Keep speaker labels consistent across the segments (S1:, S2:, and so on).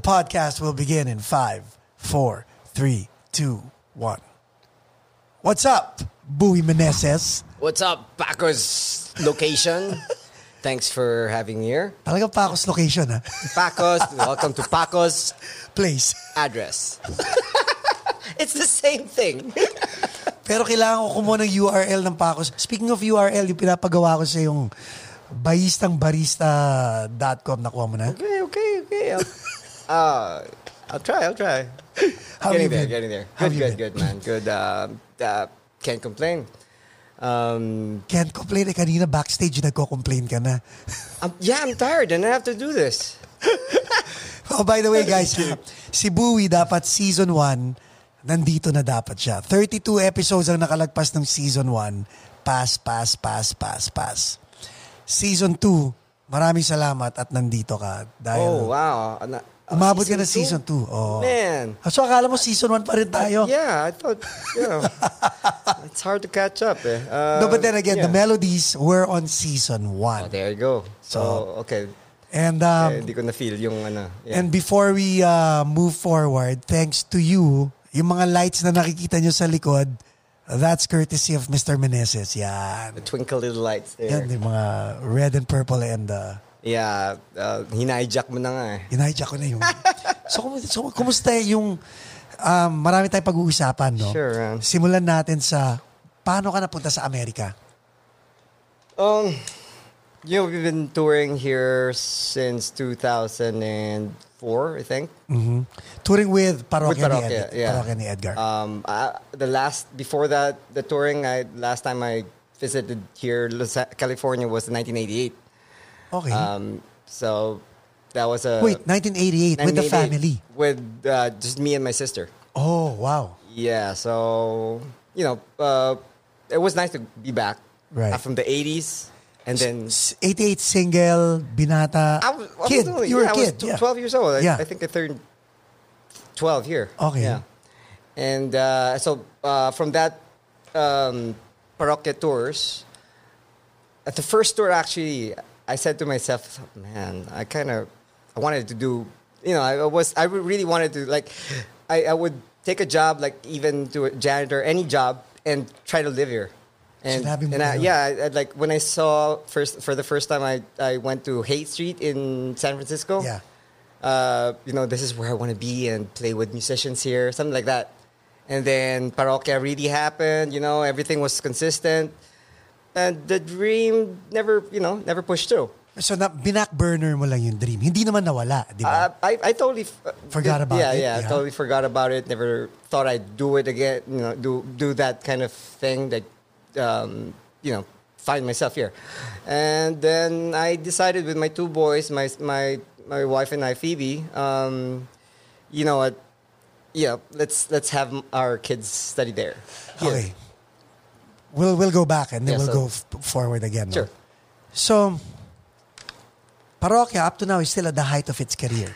S1: podcast will begin in five, four, three, two, one. What's up, Bowie Meneses?
S2: What's up, Pacos location? Thanks for having me here.
S1: Talaga Pacos location, ha?
S2: Pacos, welcome to Pacos
S1: Place.
S2: address. it's the same thing.
S1: Pero kailangan ko kumuha ng URL ng Pacos. Speaking of URL, yung pinapagawa ko sa yung bayistangbarista.com. Nakuha mo na?
S2: Okay, okay, okay. I'll, uh, I'll try, I'll try.
S1: How
S2: getting
S1: you
S2: there,
S1: been?
S2: getting there.
S1: How
S2: Good,
S1: you
S2: good,
S1: been?
S2: good, man. Good. Uh, uh, can't complain. Um,
S1: Can't complain. Eh, kanina backstage nagko-complain ka na.
S2: I'm, yeah, I'm tired and I have to do this.
S1: Oh, by the way, guys, si Bowie dapat season 1, nandito na dapat siya. 32 episodes ang nakalagpas ng season 1. Pass, pass, pass, pass, pass. Season 2, maraming salamat at nandito ka.
S2: Oh,
S1: Dahil
S2: wow. Ana- oh,
S1: umabot ka na season 2.
S2: two?
S1: Oh.
S2: Man.
S1: So akala mo season 1 pa rin tayo.
S2: Yeah, I thought, you know, it's hard to catch up. Eh. Uh,
S1: No, but then again, the
S2: yeah.
S1: melodies were on season 1.
S2: Oh, there you go. So, okay.
S1: And um,
S2: Eh, hindi ko na-feel yung ano. Yeah.
S1: And before we uh, move forward, thanks to you, yung mga lights na nakikita nyo sa likod, that's courtesy of Mr. Meneses. Yan.
S2: Twinkle Little Lights there.
S1: Yan, yung mga red and purple and uh,
S2: Yeah, uh, hinijack mo na nga eh.
S1: hinahijack ko na yung... so, kum- so, kumusta yung... Um, marami tayong pag-uusapan, no?
S2: Sure, um, man.
S1: Simulan natin sa paano ka napunta sa Amerika?
S2: Um, you know, we've been touring here since 2004, I think.
S1: Mm. Touring with
S2: With
S1: Parokya,
S2: Parokya,
S1: ni, Ed-
S2: yeah.
S1: Parokya ni Edgar.
S2: Um, I, the last before that, the touring I last time I visited here, Los, California was 1988.
S1: okay.
S2: Um, so that was a
S1: Wait, 1988 with the
S2: 1988
S1: family.
S2: with uh, just me and my sister.
S1: Oh, wow.
S2: Yeah, so you know, uh, it was nice to be back
S1: Right.
S2: Uh, from the '80s, and then
S1: S- 88 single, binata,
S2: I was, I
S1: kid.
S2: was only-
S1: you were a
S2: yeah, I was
S1: kid.
S2: tw-
S1: yeah.
S2: 12 years old. I,
S1: Yeah.
S2: I think I turned 12 here.
S1: Okay.
S2: Yeah. And uh, so uh, from that um, Parokya tours, at the first tour actually, I said to myself, man, I kind of, I wanted to do, you know, I was, I really wanted to like, I, I would take a job like even to a janitor, any job, and try to live here. And,
S1: Sinabi mo
S2: and I,
S1: na yun.
S2: yeah, I, I, like when I saw first for the first time, I, I went to Hate Street in San Francisco.
S1: Yeah.
S2: Uh, you know, this is where I want to be and play with musicians here, something like that. And then Parokya really happened. You know, everything was consistent, and the dream never, you know, never pushed through.
S1: So, na, binack burner mo lang yung dream. Hindi naman nawala, di ba?
S2: Uh, I, I totally f-
S1: Forgot about
S2: yeah,
S1: it,
S2: Yeah,
S1: yeah.
S2: I totally forgot about it. Never thought I'd do it again. You know, do do that kind of thing that, um, you know, find myself here. And then I decided with my two boys, my my my wife and I, Phoebe. Um, you know what? Yeah, let's let's have our kids study there. Here.
S1: okay. We'll, we'll go back and then
S2: Yeah,
S1: we'll
S2: so-
S1: go f- forward again. no?
S2: Sure.
S1: So, Parokya up to now is still at the height of its career.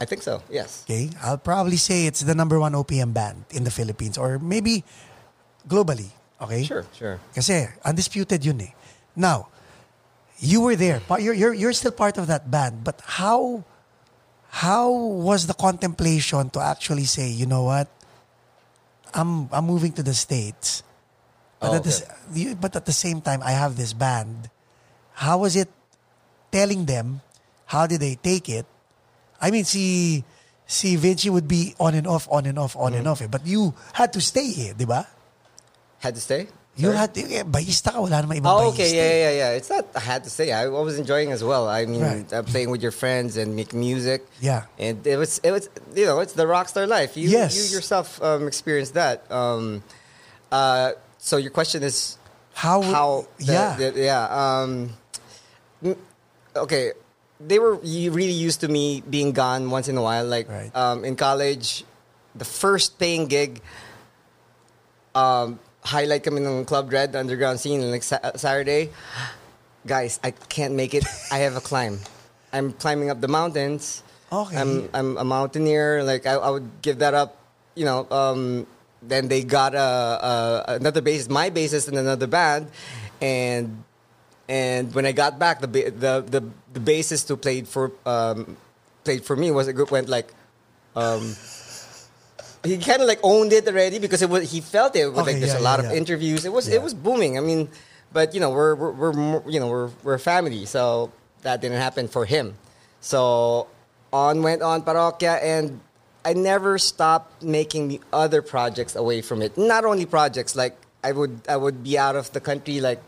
S2: I think so. Yes.
S1: Okay? I'll probably say it's the number one OPM band in the Philippines or maybe globally. Okay?
S2: Sure. Sure.
S1: Kasi undisputed yun eh. Now, you were there. Pa- You're, you're, you're still part of that band. But how how was the contemplation to actually say, you know what? I'm I'm moving to the States. But,
S2: Oh,
S1: at, the, s- you- but at the same time, I have this band. How was it telling them? How did they take it? I mean, si, si Vinci would be on and off, on and off, on and off. Eh. But you had to stay here, di ba?
S2: Had to stay.
S1: You
S2: Sorry?
S1: had to, eh, bayista ka, wala namang ibang
S2: Oh,
S1: bayista.
S2: okay, yeah, yeah, yeah. It's not. I had to say, I, I was enjoying as well. I mean,
S1: Right.
S2: uh, playing with your friends and making music.
S1: Yeah.
S2: and it was, it was, you know, it's the rock star life. You,
S1: Yes.
S2: you yourself um, experienced that. Um, uh, so your question is
S1: How,
S2: how? the-
S1: yeah.
S2: the- yeah. Um, mm, okay, they were y- really used to me being gone once in a while. Like
S1: Right.
S2: um, in college, the first paying gig um, highlight kami ng Club Red underground scene like sa- Saturday. Guys, I can't make it. I have a climb. I'm climbing up the mountains.
S1: Okay.
S2: I'm I'm a mountaineer. Like I, I would give that up. You know. Um, then they got a, a another bassist, my bassist in another band, and and when I got back, the ba- the the, the bassist who played for um, played for me was a group went like Um, he kind of like owned it already because it was he felt it. But,
S1: Okay,
S2: like there's
S1: yeah,
S2: a lot
S1: yeah,
S2: of
S1: yeah.
S2: interviews. It was
S1: Yeah.
S2: it was booming. I mean, but you know we're we're, we're more- you know we're we're a family, so that didn't happen for him. So on went on Parokya and. I never stopped making the other projects away from it. Not only projects, like I would I would be out of the country, like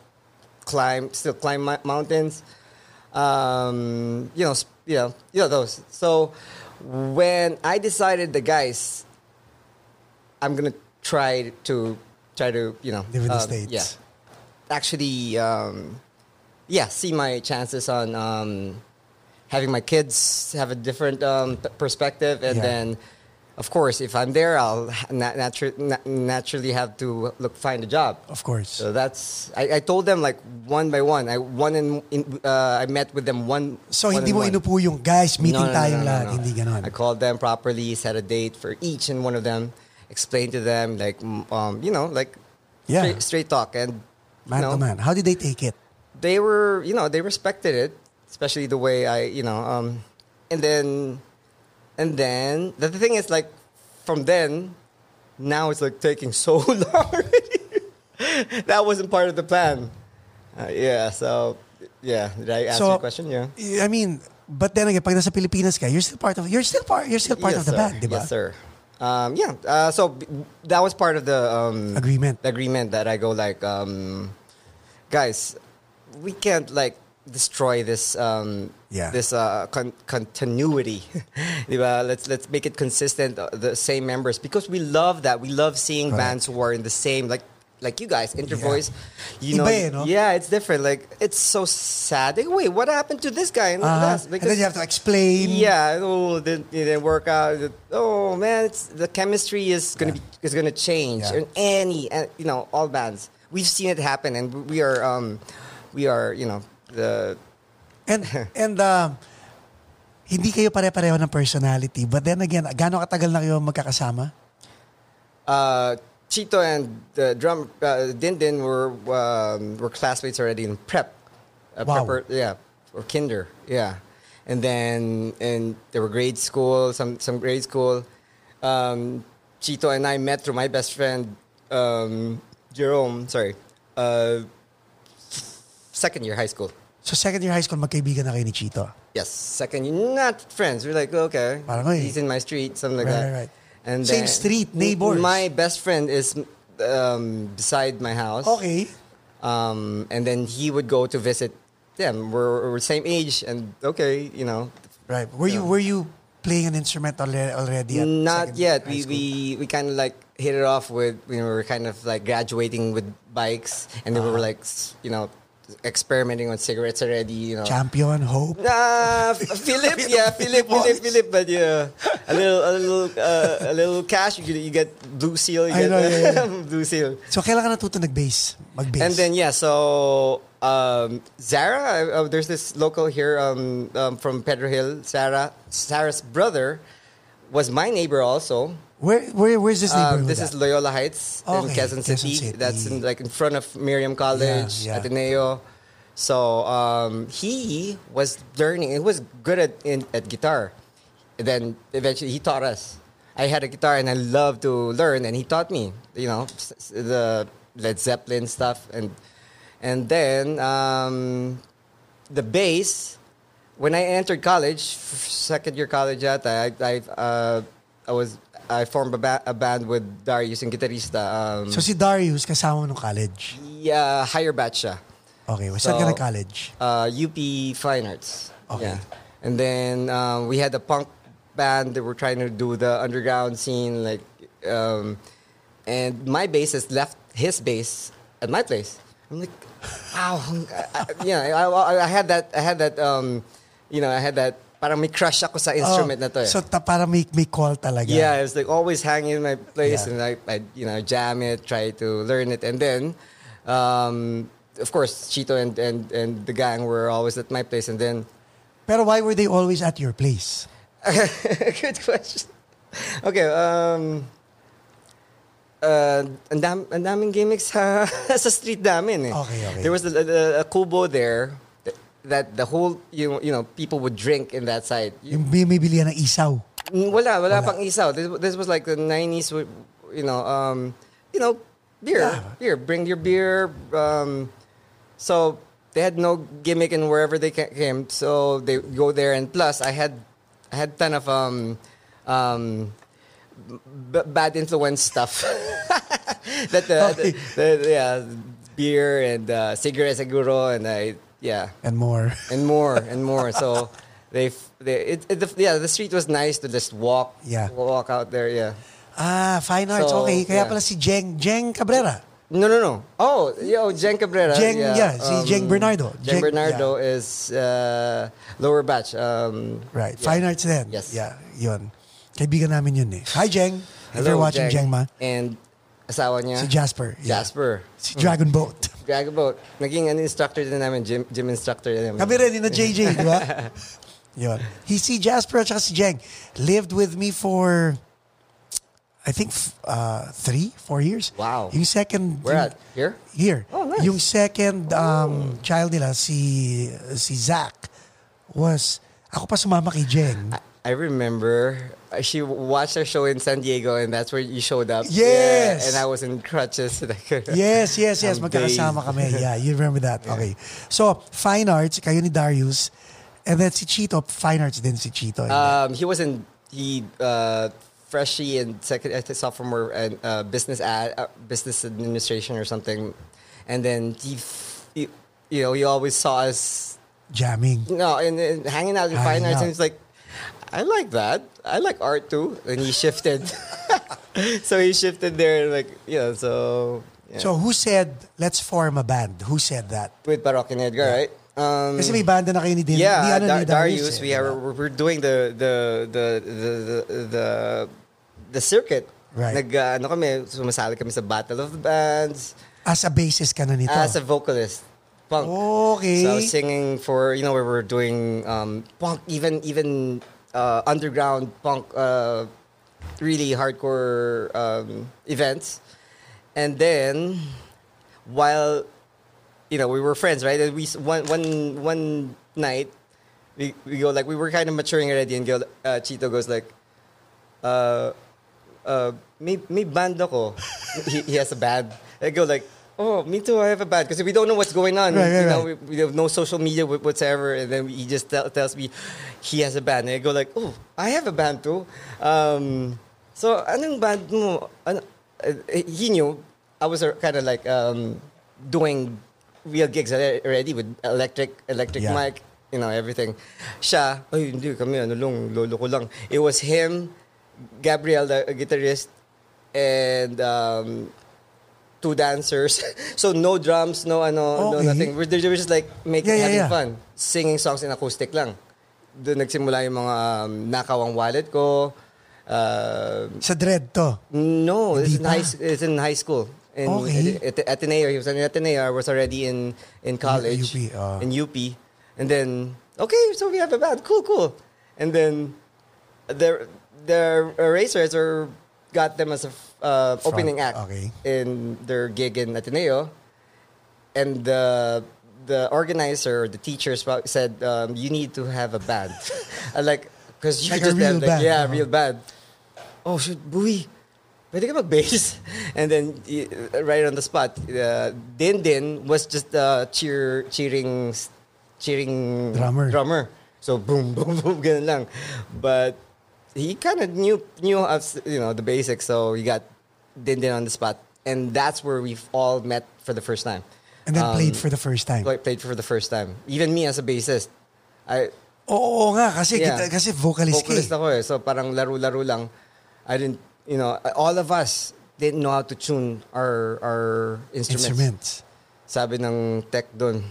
S2: climb still climb mou- mountains um, you know, sp- you know, you know those. So when I decided the guys, I'm gonna try to try to you know
S1: Live in the
S2: um,
S1: States.
S2: Yeah, actually, um, yeah, see my chances on um, having my kids have a different um, p- perspective, and
S1: Yeah.
S2: then. Of course, if I'm there, I'll ha- nat- natu- nat- naturally have to look find a job.
S1: Of course.
S2: So that's I, I told them like one by one. I one in, in uh, I met with them one.
S1: So
S2: one
S1: hindi
S2: and
S1: mo
S2: one.
S1: inupo yung, guys, meeting
S2: No, no, no,
S1: tayong
S2: no, no,
S1: lahat.
S2: no.
S1: Hindi ganon.
S2: I called them properly, set a date for each and one of them, explained to them like mm, um you know like
S1: Yeah.
S2: straight, straight talk and you
S1: Man
S2: know,
S1: to man. How did they take it?
S2: they were you know they respected it, especially the way I you know um and then and then the thing is like from then now it's like taking so long. already. that wasn't part of the plan. Uh, yeah, so yeah, did I answer
S1: So-
S2: your question? Yeah.
S1: I mean, but then again, pag nasa Pilipinas ka, you're still part of, you're still part, you're still part
S2: yes,
S1: of the
S2: sir.
S1: band, di ba?
S2: Yes, sir. Um, yeah. Uh, so b- that was part of the um,
S1: Agreement.
S2: The agreement that I go like, um, guys, we can't like destroy this. Um,
S1: Yeah.
S2: This uh, con- continuity, Di ba? Let's let's make it consistent. uh, The same members because we love that. We love seeing
S1: Correct.
S2: bands who are in the same like like you guys, Intervoice.
S1: Iba
S2: You know,
S1: eh, no?
S2: yeah, it's different. Like it's so sad. Like, wait, what happened to this guy? And,
S1: Uh-huh.
S2: that's-
S1: and then you have to explain.
S2: yeah, oh, it didn't, it didn't work out. It- Oh man, it's, the chemistry is gonna
S1: Yeah.
S2: be is gonna change
S1: Yeah.
S2: in any uh, you know all bands. We've seen it happen, and we are um, we are you know the
S1: And and um, hindi kayo pare-pareho ng personality. But then again, gaano katagal na kayo magkakasama?
S2: uh, Chito and the drum uh, Din Din were um, were classmates already in prep, uh,
S1: Wow.
S2: prepper, yeah, or kinder, yeah, and then and they were grade school, some some grade school. Um, Chito and I met through my best friend um, Jerome. Sorry, uh, second year high school.
S1: So second year high school, magkaibigan na kayo ni Chito.
S2: Yes, second year, not friends. We're like okay,
S1: Parang, "Oy."
S2: he's in my street, something like
S1: Right,
S2: that.
S1: right, right.
S2: And
S1: Same
S2: then-
S1: street, neighbors.
S2: My best friend is um, beside my house.
S1: Okay.
S2: Um, and then he would go to visit them. We're, we're same age, and okay, you know,
S1: Right. Were you were you playing an instrument alre- already? At
S2: not
S1: second
S2: yet.
S1: high
S2: We
S1: school?
S2: we, we kind of like hit it off with you know, we were kind of like graduating with bikes, and then we
S1: Uh-huh.
S2: were like s- you know experimenting on cigarettes already. You know,
S1: champion hope.
S2: Nah, Ah, Philip, yeah, Philip, Philip, Philip, but yeah, a little, a little, uh, a little cash. You, you get blue seal. You
S1: I
S2: get
S1: know, yeah,
S2: blue seal.
S1: So kailan ka natuto nag-bass? Mag-bass.
S2: And then yeah, so um, Zara, uh, there's this local here um, um, from Pedro Hill. Sarah, Sarah's brother was my neighbor also.
S1: where where where's this neighborhood?
S2: Um, this is
S1: at?
S2: Loyola Heights in
S1: Okay,
S2: Quezon
S1: Quezon
S2: City.
S1: City.
S2: That's in, like in front of Miriam College,
S1: Yeah, yeah.
S2: Ateneo. So um, he was learning. He was good at in, at guitar. And then eventually he taught us. I had a guitar and I loved to learn, and he taught me. You know s- s- the Led Zeppelin stuff, and and then um, the bass. When I entered college, f- second year college, at I I uh, I was I formed a, ba- a band with Darius and guitarista. Um,
S1: so si Darius kasama mo nung college.
S2: yeah, higher batch siya.
S1: Okay. Saan ka
S2: So-
S1: nag college?
S2: Uh, UP Fine Arts.
S1: Okay.
S2: Yeah. And then um, we had a punk band that were trying to do the underground scene, like, um, and my bassist left his bass at my place. I'm like, wow, I, I, you know, I, I- I had that, I had that, um, you know, I had that. Parang may crush ako sa instrument na to. Eh.
S1: Oh, So ta, para make me call talaga.
S2: Yeah, it's like always hanging in my place,
S1: Yeah.
S2: and I, I, you know, jam it, try to learn it, and then, um, of course, Chito and, and and the gang were always at my place, and then,
S1: Pero why were they always at your place?
S2: good question. Okay, um, uh, ang, dam, ang daming gimmicks sa, sa street namin eh.
S1: Okay, okay.
S2: There was a, a, a kubo there that, that the whole, you, you know, people would drink in that side.
S1: Yung bumibili ng isaw.
S2: Mm, Wala, wala, pang isaw. This, this was like the 90s, with, you know, um, you know, beer, beer, bring your beer. Um, so they had no gimmick in wherever they ca- came. So they go there. And plus I had, I had ton of, um, um, b- bad influence stuff that the, the- the- yeah, beer and, uh, cigarettes, seguro. And I, yeah
S1: And more.
S2: and more and more. So they, they it, it, the, yeah, the street was nice to just walk,
S1: Yeah.
S2: walk out there. Yeah.
S1: Ah, fine arts.
S2: So,
S1: okay, kaya
S2: yeah.
S1: pala si Jeng, Jeng Cabrera.
S2: No, no, no. Oh, yo, Jen Cabrera.
S1: Jen- yeah, si Jen Bernardo.
S2: Jen,
S1: Jen-
S2: Bernardo is uh, lower batch. Um,
S1: Right.
S2: yeah.
S1: Fine arts then.
S2: Yes.
S1: Yeah, yun. Kaibigan namin yun eh. Hi, Jeng. If you're watching Jeng, ma.
S2: And asawa niya.
S1: Si Jasper. yeah.
S2: Jasper.
S1: Si Dragon Boat.
S2: Dragaboat. Naging ano, instructor din namin, gym, gym instructor din namin.
S1: Kami rin, yun na JJ, di ba? yun. He, si Jasper at saka si Jeng lived with me for, I think, f- uh, three, four years.
S2: Wow.
S1: Yung second...
S2: Where
S1: yung-
S2: at? Here?
S1: Here.
S2: Oh, nice.
S1: Yung second um, child nila, si, si Zach, was... Ako pa sumama kay Jeng.
S2: I remember uh, she watched our show in San Diego, and that's where you showed up.
S1: Yes.
S2: Yeah, and I was in crutches.
S1: Yes, yes, yes.
S2: Amazing.
S1: Magkakasama kami. Yeah, you remember that. Okay. So, Fine Arts, kayo ni Darius. And then si Chito, Fine Arts din si Chito. eh,
S2: Um, he was in he uh, freshie and second I think sophomore and uh, business ad uh, business administration or something, and then he, f- he you know he always saw us
S1: Jamming.
S2: no and, and hanging out in
S1: Hanging
S2: fine arts,
S1: out.
S2: and he's like, I like that. I like art too. And he shifted, so he shifted there. Like you know, so yeah.
S1: So, who said, let's form a band? Who said that?
S2: with Barok and Edgar, right? Um,
S1: Kasi may banda na kayo ni Din.
S2: yeah,
S1: ni, ano,
S2: Dar-
S1: ni
S2: Darius,
S1: eh,
S2: we are
S1: diba?
S2: we're we're doing the the the the the the, the circuit.
S1: Right.
S2: Nag uh, ano kami, sumasali kami sa Battle of the Bands
S1: As a bassist ka na nito.
S2: as a vocalist. Punk.
S1: Oh. Okay.
S2: So singing for you know we were doing um, punk even even uh, underground punk uh, really hardcore um, events, and then while you know we were friends right and we s- one one one night we, we go like we were kind of maturing already and go, uh, Chito goes like uh uh may, may band ako he, he has a band I go like oh me too I have a band because we don't know what's going on
S1: Right, right,
S2: you know
S1: right.
S2: we, we have no social media wh- whatsoever and then he just tell, tells me he has a band and I go like oh I have a band too um so anong band mo ano, uh, he knew I was kind of like um doing real gigs alre- already with electric electric
S1: Yeah.
S2: mic you know, everything. Siya, ay, hindi kami, ano lang, lolo ko lang. It was him, Gabriel, the guitarist, and um, two dancers. so no drums, no ano, no
S1: Okay.
S2: nothing. We're, they were just like making,
S1: Yeah, yeah,
S2: having
S1: yeah.
S2: fun. Singing songs in acoustic lang. Doon nagsimula yung mga um, nakawang wallet ko. Uh,
S1: Sa Dread to.
S2: no, it's
S1: Hindi
S2: in,
S1: pa.
S2: high, it's in high school. In,
S1: Okay.
S2: At, at Ateneo. He was in Ateneo. I was already in, in college.
S1: UP, ah.
S2: In UP. And then, okay, so we have a band. Cool, cool. And then their, their erasers are, got them as a f- uh,
S1: Front,
S2: opening act
S1: okay.
S2: in their gig in Ateneo. And the, the organizer, the teachers wa- said, um, you need to have a band. I like, because you
S1: Like
S2: could
S1: a
S2: just have,
S1: real
S2: like,
S1: band,
S2: yeah,
S1: uh-huh.
S2: real band oh shoot, buwi. Pwede ka mag-bass? And then, y- right on the spot, uh, Din Din was just uh, cheer, cheering, cheering
S1: Drummer.
S2: drummer. So, boom, boom, boom, ganun lang. But, he kind of knew, knew us, you know, the basics. So, he got Din Din on the spot. And that's where we've all met for the first time.
S1: And then
S2: Um,
S1: played for the first time.
S2: pla- played for the first time. Even me as a bassist. I,
S1: Oo, oo nga, kasi,
S2: Yeah.
S1: kita- kasi vocalist,
S2: vocalist
S1: ka eh.
S2: ako eh. So parang laro-laro lang. I didn't, you know, all of us didn't know how to tune our our instruments.
S1: Instruments.
S2: Sabi ng tech doon,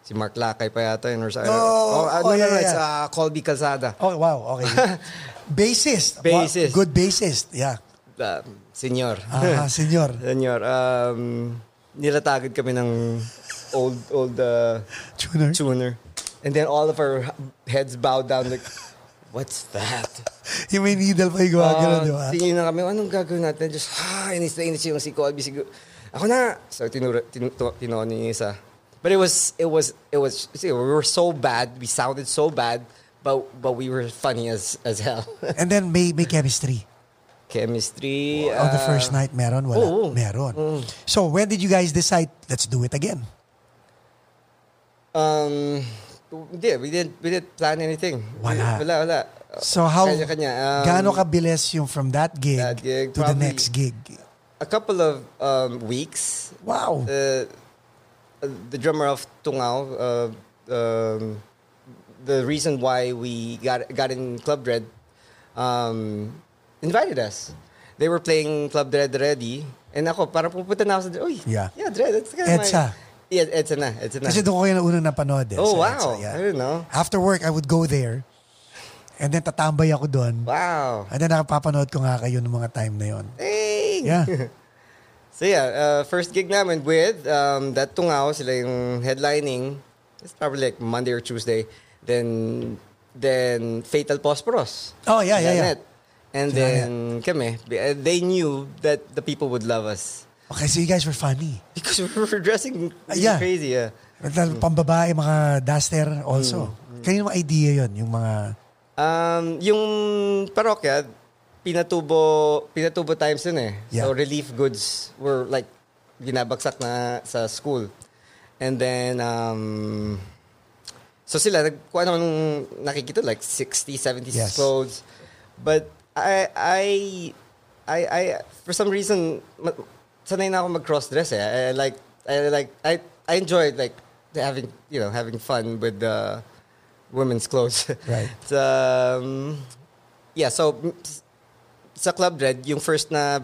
S2: si Mark Lakay pa yata yun or sa...
S1: Oh,
S2: ah,
S1: oh,
S2: no, no,
S1: yeah,
S2: no,
S1: yeah.
S2: it's uh, Colby Calzada.
S1: Oh, wow, okay. bassist. Wa-
S2: Bassist.
S1: Good bassist, yeah.
S2: Uh, senior.
S1: Ah, senyor.
S2: senior. Um, nilatagid kami ng old, old uh,
S1: Tuner.
S2: tuner. And then all of our heads bowed down like, what's that?
S1: Yung may needle pa yung gumagano,
S2: Ah,
S1: di ba?
S2: Tingin na kami, anong gagawin natin? Just, ha, inis na inis yung si Colby. Siguro. Ako na! So, tinuro, tin, tu- tinuha ni isa. But it was, it was, it was, see, we were so bad. We sounded so bad. but but we were funny as as hell.
S1: And then may may chemistry.
S2: Chemistry.
S1: On the
S2: uh,
S1: first night, meron, wala.
S2: oo. Mm.
S1: Meron. So, when did you guys decide, let's do it again?
S2: Um, yeah, we didn't we didn't plan anything.
S1: Wala.
S2: Wala wala.
S1: So, how,
S2: Kanya-kanya, um,
S1: gaano kabilis yung from that gig,
S2: that gig,
S1: to the
S2: probably-
S1: next gig?
S2: A couple of um, weeks.
S1: Wow.
S2: The Uh, the drummer of Tungao. Uh, um, the reason why we got got in Club Dread um, invited us. They were playing Club Dread already. And ako, parang pupunta na ako sa Dread. Uy,
S1: Yeah.
S2: yeah, Dread. That's kind
S1: Edsa.
S2: Yeah, Edsa na. Edsa na.
S1: Kasi doon ko yun ang unang napanood. Eh,
S2: Oh,
S1: So,
S2: wow.
S1: so, yeah.
S2: I didn't know.
S1: After work, I would go there. And then tatambay ako doon.
S2: Wow.
S1: And then nakapapanood ko nga kayo ng mga time na yun.
S2: Hey!
S1: Yeah.
S2: So yeah, uh, first gig namin with um, that Tungao, sila yung headlining. It's probably like Monday or Tuesday. Then then Fatal Posporos.
S1: Oh, yeah, yeah, yeah.
S2: Net. And
S1: Sila
S2: then kami, eh, they knew that the people would love us.
S1: Okay, so you guys were funny.
S2: Because we were dressing really
S1: Uh, Yeah.
S2: crazy. Yeah.
S1: Lalo Pambabae, mga duster also.
S2: Mm,
S1: Kanino mga idea yun? Yung mga...
S2: Um, yung parokya, pinatubo, pinatubo times yun eh.
S1: Yeah.
S2: So relief goods were like binabagsak na sa school. And then, um, so sila, nagkuha naman nung nakikita, like 60, 70
S1: Yes.
S2: clothes. But I, I, I, I, for some reason, ma- sanay na ako mag-cross-dress eh. I, I like, I like, I, I enjoyed like having, you know, having fun with the women's clothes.
S1: Right.
S2: um, yeah, so m- s- sa Club Red, yung first na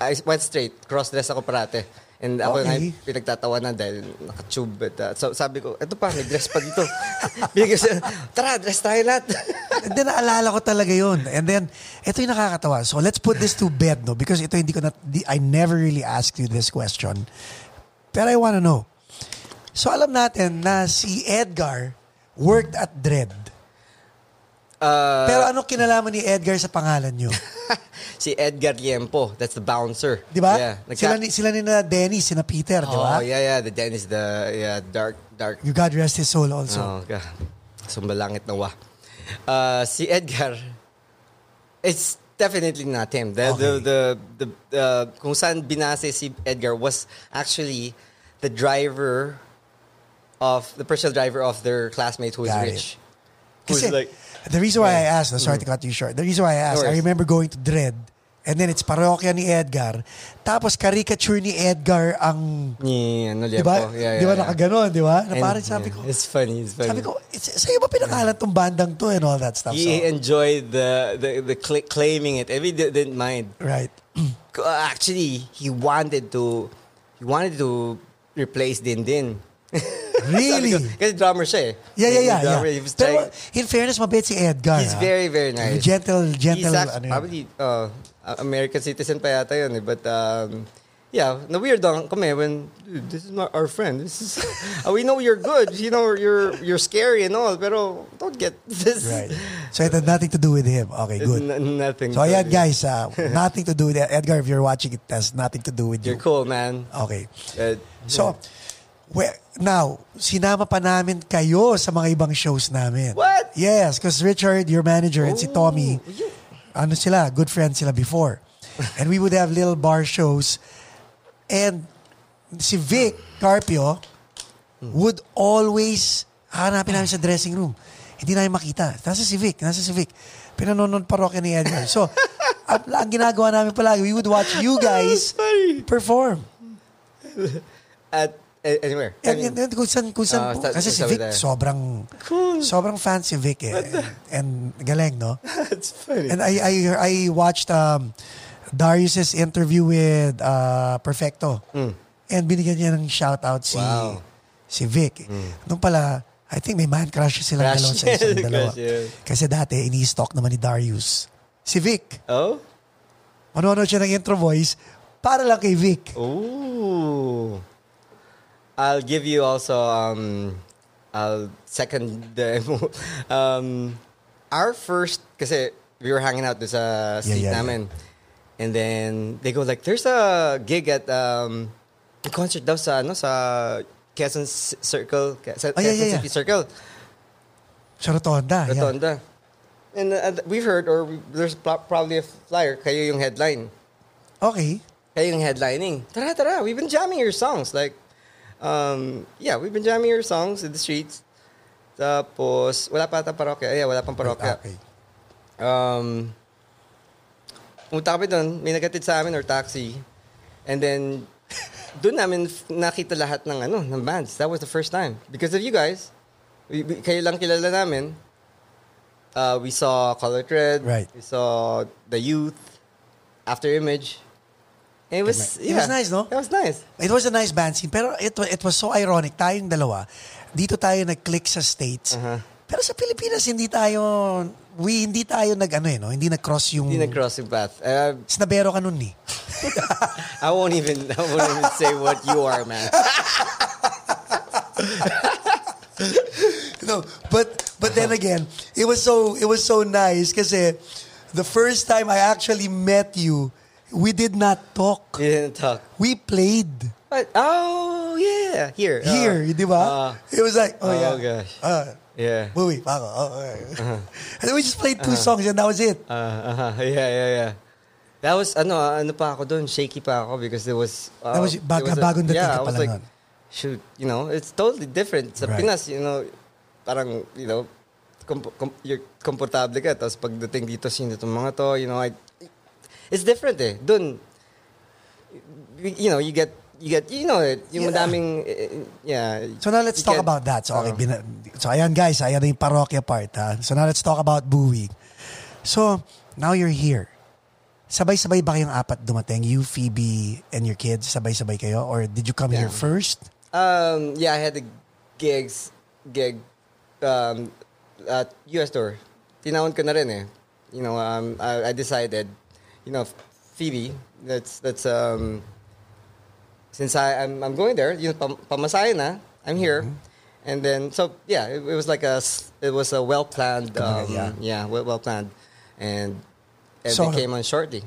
S2: I went straight, cross-dress ako parate. And ako nga
S1: Okay.
S2: yung pinagtatawa na dahil naka-tube. At, uh, so sabi ko, eto pa, may dress pa dito. Bigay ko siya, tara, dress tayo lahat.
S1: And then naalala ko talaga yun. And then, ito yung nakakatawa. So let's put this to bed, no? Because ito hindi ko na... di- I never really asked you this question. Pero I wanna know. So alam natin na si Edgar worked at Dread.
S2: Uh,
S1: Pero ano kinalaman ni Edgar sa pangalan nyo?
S2: si Edgar Liempo, that's the bouncer.
S1: Di ba?
S2: Yeah. nagka-
S1: Sila, ni, sila ni na Denny, sina Peter, di ba?
S2: Oh, yeah, yeah. The Dennis, the yeah, dark, dark.
S1: You God rest his soul also.
S2: Oh, God. Sumbalangit na wa. Uh, si Edgar, it's definitely not him. The,
S1: Okay.
S2: the, the, the, uh, kung saan binase si Edgar was actually the driver of, the personal driver of their classmate who is
S1: Got it.
S2: rich. Who's
S1: Kasi,
S2: like, Mm-hmm.
S1: the reason why I asked, no, sorry to cut you short, the reason why I asked,
S2: No
S1: I
S2: worries.
S1: remember going to Dread, and then it's parokya ni Edgar, tapos caricature ni Edgar ang,
S2: ni, ano,
S1: di
S2: Liempo.
S1: ba,
S2: Yeah, yeah,
S1: di ba
S2: yeah.
S1: nakaganon, di ba? Na
S2: And,
S1: parang sabi
S2: yeah,
S1: ko,
S2: It's funny, it's funny.
S1: sabi ko, it's, sa'yo ba pinakalan tong bandang to and all that stuff? So,
S2: he enjoyed the, the, the cl- claiming it. He di- didn't mind.
S1: right.
S2: Uh, actually he wanted to he wanted to replace Din Din.
S1: Really?
S2: Kasi drummer siya eh.
S1: Yeah, yeah,
S2: He's a
S1: yeah. yeah.
S2: drummer. He was
S1: Pero
S2: trying-
S1: in fairness, mabait si Edgar. ah.
S2: he's very, very nice.
S1: Gentle,
S2: He's
S1: gentle.
S2: act-
S1: ano yun.
S2: probably uh, American citizen pa yata yun eh. But um, yeah, na weird lang kami when "Dude, this is not our friend. This is uh, we know you're good. You know you're you're scary and all, pero don't get this.
S1: Right. So it had nothing to do with him. Okay, good.
S2: N- nothing.
S1: So ayan
S2: to-
S1: guys, ah, nothing to do with Edgar. If you're watching, it has nothing to do with you.
S2: You're cool, man.
S1: Okay.
S2: Uh,
S1: So, we- now, sinama pa namin kayo sa mga ibang shows namin.
S2: What?
S1: Yes, because Richard, your manager, and si Tommy, ano sila, good friends sila before. And we would have little bar shows. And si Vic Carpio would always hanapin namin sa dressing room. Hindi namin makita. Nasa si Vic, nasa si Vic. Pinanonood parokya ni Edgar. So, ang, ang ginagawa namin palagi, we would watch you guys
S2: funny.
S1: perform.
S2: at a- anywhere. I
S1: And,
S2: mean,
S1: and, and kung saan, kung
S2: Ah,
S1: saan, po-
S2: sa-
S1: kasi si
S2: sabi
S1: Vic
S2: tayo.
S1: sobrang, sobrang fan si Vic eh. And, and galing, no?
S2: That's funny.
S1: And I, I, I watched um, Darius's interview with uh, Perfecto. And binigyan niya ng shout-out si,
S2: Hmm. Wow. Hmm.
S1: si Vic. Nung pala, I think may man crush sila
S2: Crush.
S1: dalawa sa isang dalawa.
S2: Crush, yeah.
S1: Kasi dati, ini-stalk naman ni Darius. Si Vic,
S2: oh?
S1: manonood siya ng intro voice para lang kay Vic.
S2: Oh. Ooh. I'll give you also um I'll second the um our first kasi we were hanging out this uh seat
S1: yeah, yeah.
S2: namin. And then they go like there's a gig at um a concert daw sa ano sa Quezon C- Circle, Quezon,
S1: Oh, yeah,
S2: Quezon
S1: yeah,
S2: City Circle.
S1: Sa Rotonda. yan.
S2: Rotonda. And uh, we've heard, or we, there's pro- probably a flyer, kayo yung headline.
S1: Okay.
S2: Kayo yung headlining. Tara, tara, we've been jamming your songs. Like, um, yeah, we've been jamming your songs in the streets. Tapos, wala pa ata parokya. Oh, Yeah, wala pang parokya.
S1: Ah, Okay.
S2: Um, pumunta kami doon, may nagatid sa amin or taxi. And then, doon namin f- nakita lahat ng ano, ng bands. That was the first time. Because of you guys, we, we, kayo lang kilala namin. Uh, we saw Colored Red.
S1: Right.
S2: We saw The Youth. After Image. And it was,
S1: It
S2: yeah,
S1: was nice, no?
S2: It was nice.
S1: It was a nice band scene. Pero it, wa- it was so ironic. Tayong dalawa, dito tayo nag-click sa States.
S2: Uh-huh.
S1: Pero sa Pilipinas, hindi tayo, we hindi tayo nag, ano eh, no? hindi nag-cross yung,
S2: Hindi nag-cross yung path. Uh,
S1: snabero ka nun eh.
S2: I won't even I won't even say what you are, man.
S1: no, but but then again, it was so it was so nice kasi the first time I actually met you, we did not talk.
S2: You didn't talk.
S1: We played
S2: But, oh, yeah. Here. uh,
S1: here, di
S2: uh,
S1: ba? it was like, oh,
S2: oh,
S1: yeah.
S2: gosh.
S1: Uh,
S2: yeah.
S1: Buwi, pa ako. Oh, okay. And then we just played two songs and that was it.
S2: Uh, uh, yeah, yeah, yeah. That was, ano, ano pa ako doon, shaky pa ako because there was... uh,
S1: That was- bag-
S2: there was a-
S1: bagong dating ka
S2: yeah, I was
S1: pala
S2: like,
S1: nun.
S2: shoot, you know, it's totally different. Sa
S1: Right.
S2: Pinas, you know, parang, you know, com- com- you're komportable ka. Tapos pagdating dito, sino itong mga to, you know, I, it's different eh. Doon, you know, you get, you get, you know, it,
S1: Yeah.
S2: yung madaming, eh, eh, yeah.
S1: So now let's
S2: you
S1: talk
S2: get-
S1: about that. So okay,
S2: Oh.
S1: bina- so ayan guys, ayan na yung parokya part. Ha? So now let's talk about Buwi. So now you're here. Sabay-sabay ba kayong apat dumating? You, Phoebe, and your kids, sabay-sabay kayo? Or did you come here
S2: Yeah.
S1: first?
S2: Um, yeah, I had the gigs, gig, um, at US Tour. Tinawon ko na rin eh. You know, um, I, I decided, you know, Phoebe, that's, that's, um, since I, I'm, I'm going there, you know, pam- pamasahe na, I'm here. And then, so yeah, it, it was like a, s- it was a well-planned, um,
S1: Kumbaga,
S2: yeah, well, well-planned. And, and
S1: So-
S2: they came on shortly.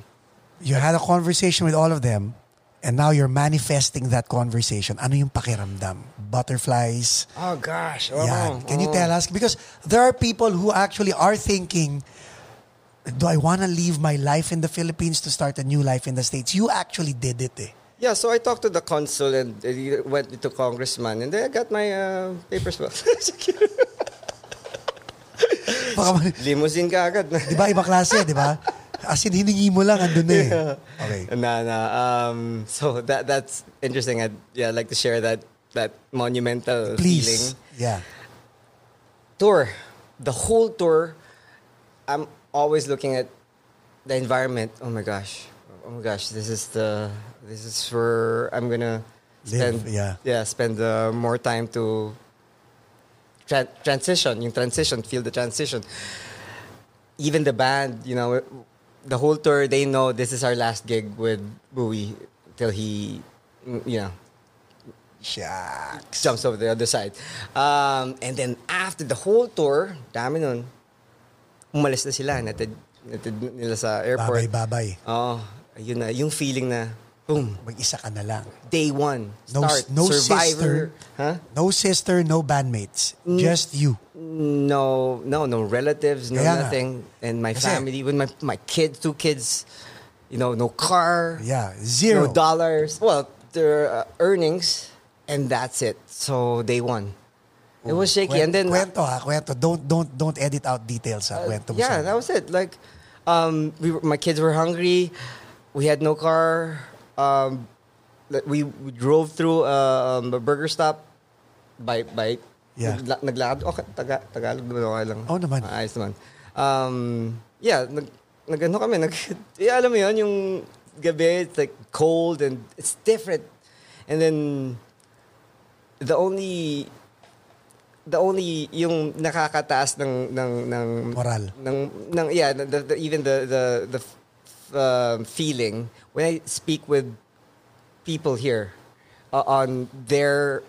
S1: You had a conversation with all of them, and now you're manifesting that conversation. Ano yung pakiramdam? Butterflies?
S2: Oh gosh. Oh,
S1: Yan. Can you tell us? Because there are people who actually are thinking, do I want to leave my life in the Philippines to start a new life in the States? You actually did it eh.
S2: Yeah, so I talked to the consul and uh, he went to congressman, and then I got my uh, papers. Well,
S1: Baka,
S2: limousine ka agad.
S1: di ba, iba klase, di ba? As in, hiningi mo lang, andun na eh. Okay.
S2: Nah, nah. Um, so that that's interesting. I'd yeah, I'd like to share that that monumental
S1: Please.
S2: feeling.
S1: Yeah.
S2: Tour, the whole tour, I'm always looking at the environment. Oh my gosh, oh my gosh, this is the this is where I'm gonna
S1: Live,
S2: spend
S1: yeah.
S2: yeah spend uh, more time to tra- transition yung transition feel the transition even the band you know the whole tour they know this is our last gig with Bowie till he mm, you know
S1: Shucks.
S2: jumps over the other side um, and then after the whole tour dami nun umalis na sila natid, natid nila sa airport
S1: Babay-babay.
S2: oh ayun na yung feeling na boom
S1: Mag-isa ka na lang.
S2: day one
S1: No,
S2: start
S1: no
S2: survivor
S1: sister.
S2: huh
S1: No sister, no bandmates.
S2: Mm.
S1: Just you.
S2: No, no, no relatives, no
S1: Kaya nga.
S2: nothing. And my
S1: Kasi-
S2: family, with my my kids, two kids, you know, no car,
S1: Yeah.
S2: no
S1: Zero.
S2: dollars. Well, their uh, earnings, and that's it. So day one, it was shaky.
S1: Kwen-
S2: and then
S1: Kwento ha, kwento. Don't, don't, don't edit out details ha. Kwento mo sa
S2: yeah,
S1: amin.
S2: that was it. Like, um, we were, my kids were hungry. We had no car. Um, like, we, we drove through uh, um, a burger stop by by.
S1: Yeah.
S2: Nagla- naglakad. Okay, taga, Tagalog naman okay lang.
S1: Oo naman.
S2: Ah, ayos naman. Um, yeah, nag, nag ano kami, nag, eh, alam mo yun, yung gabi, it's like cold and it's different. And then, the only the only yung nakakataas ng ng ng
S1: Moral.
S2: ng, ng yeah the, the- even the the the f- um, feeling when I speak with people here uh, on their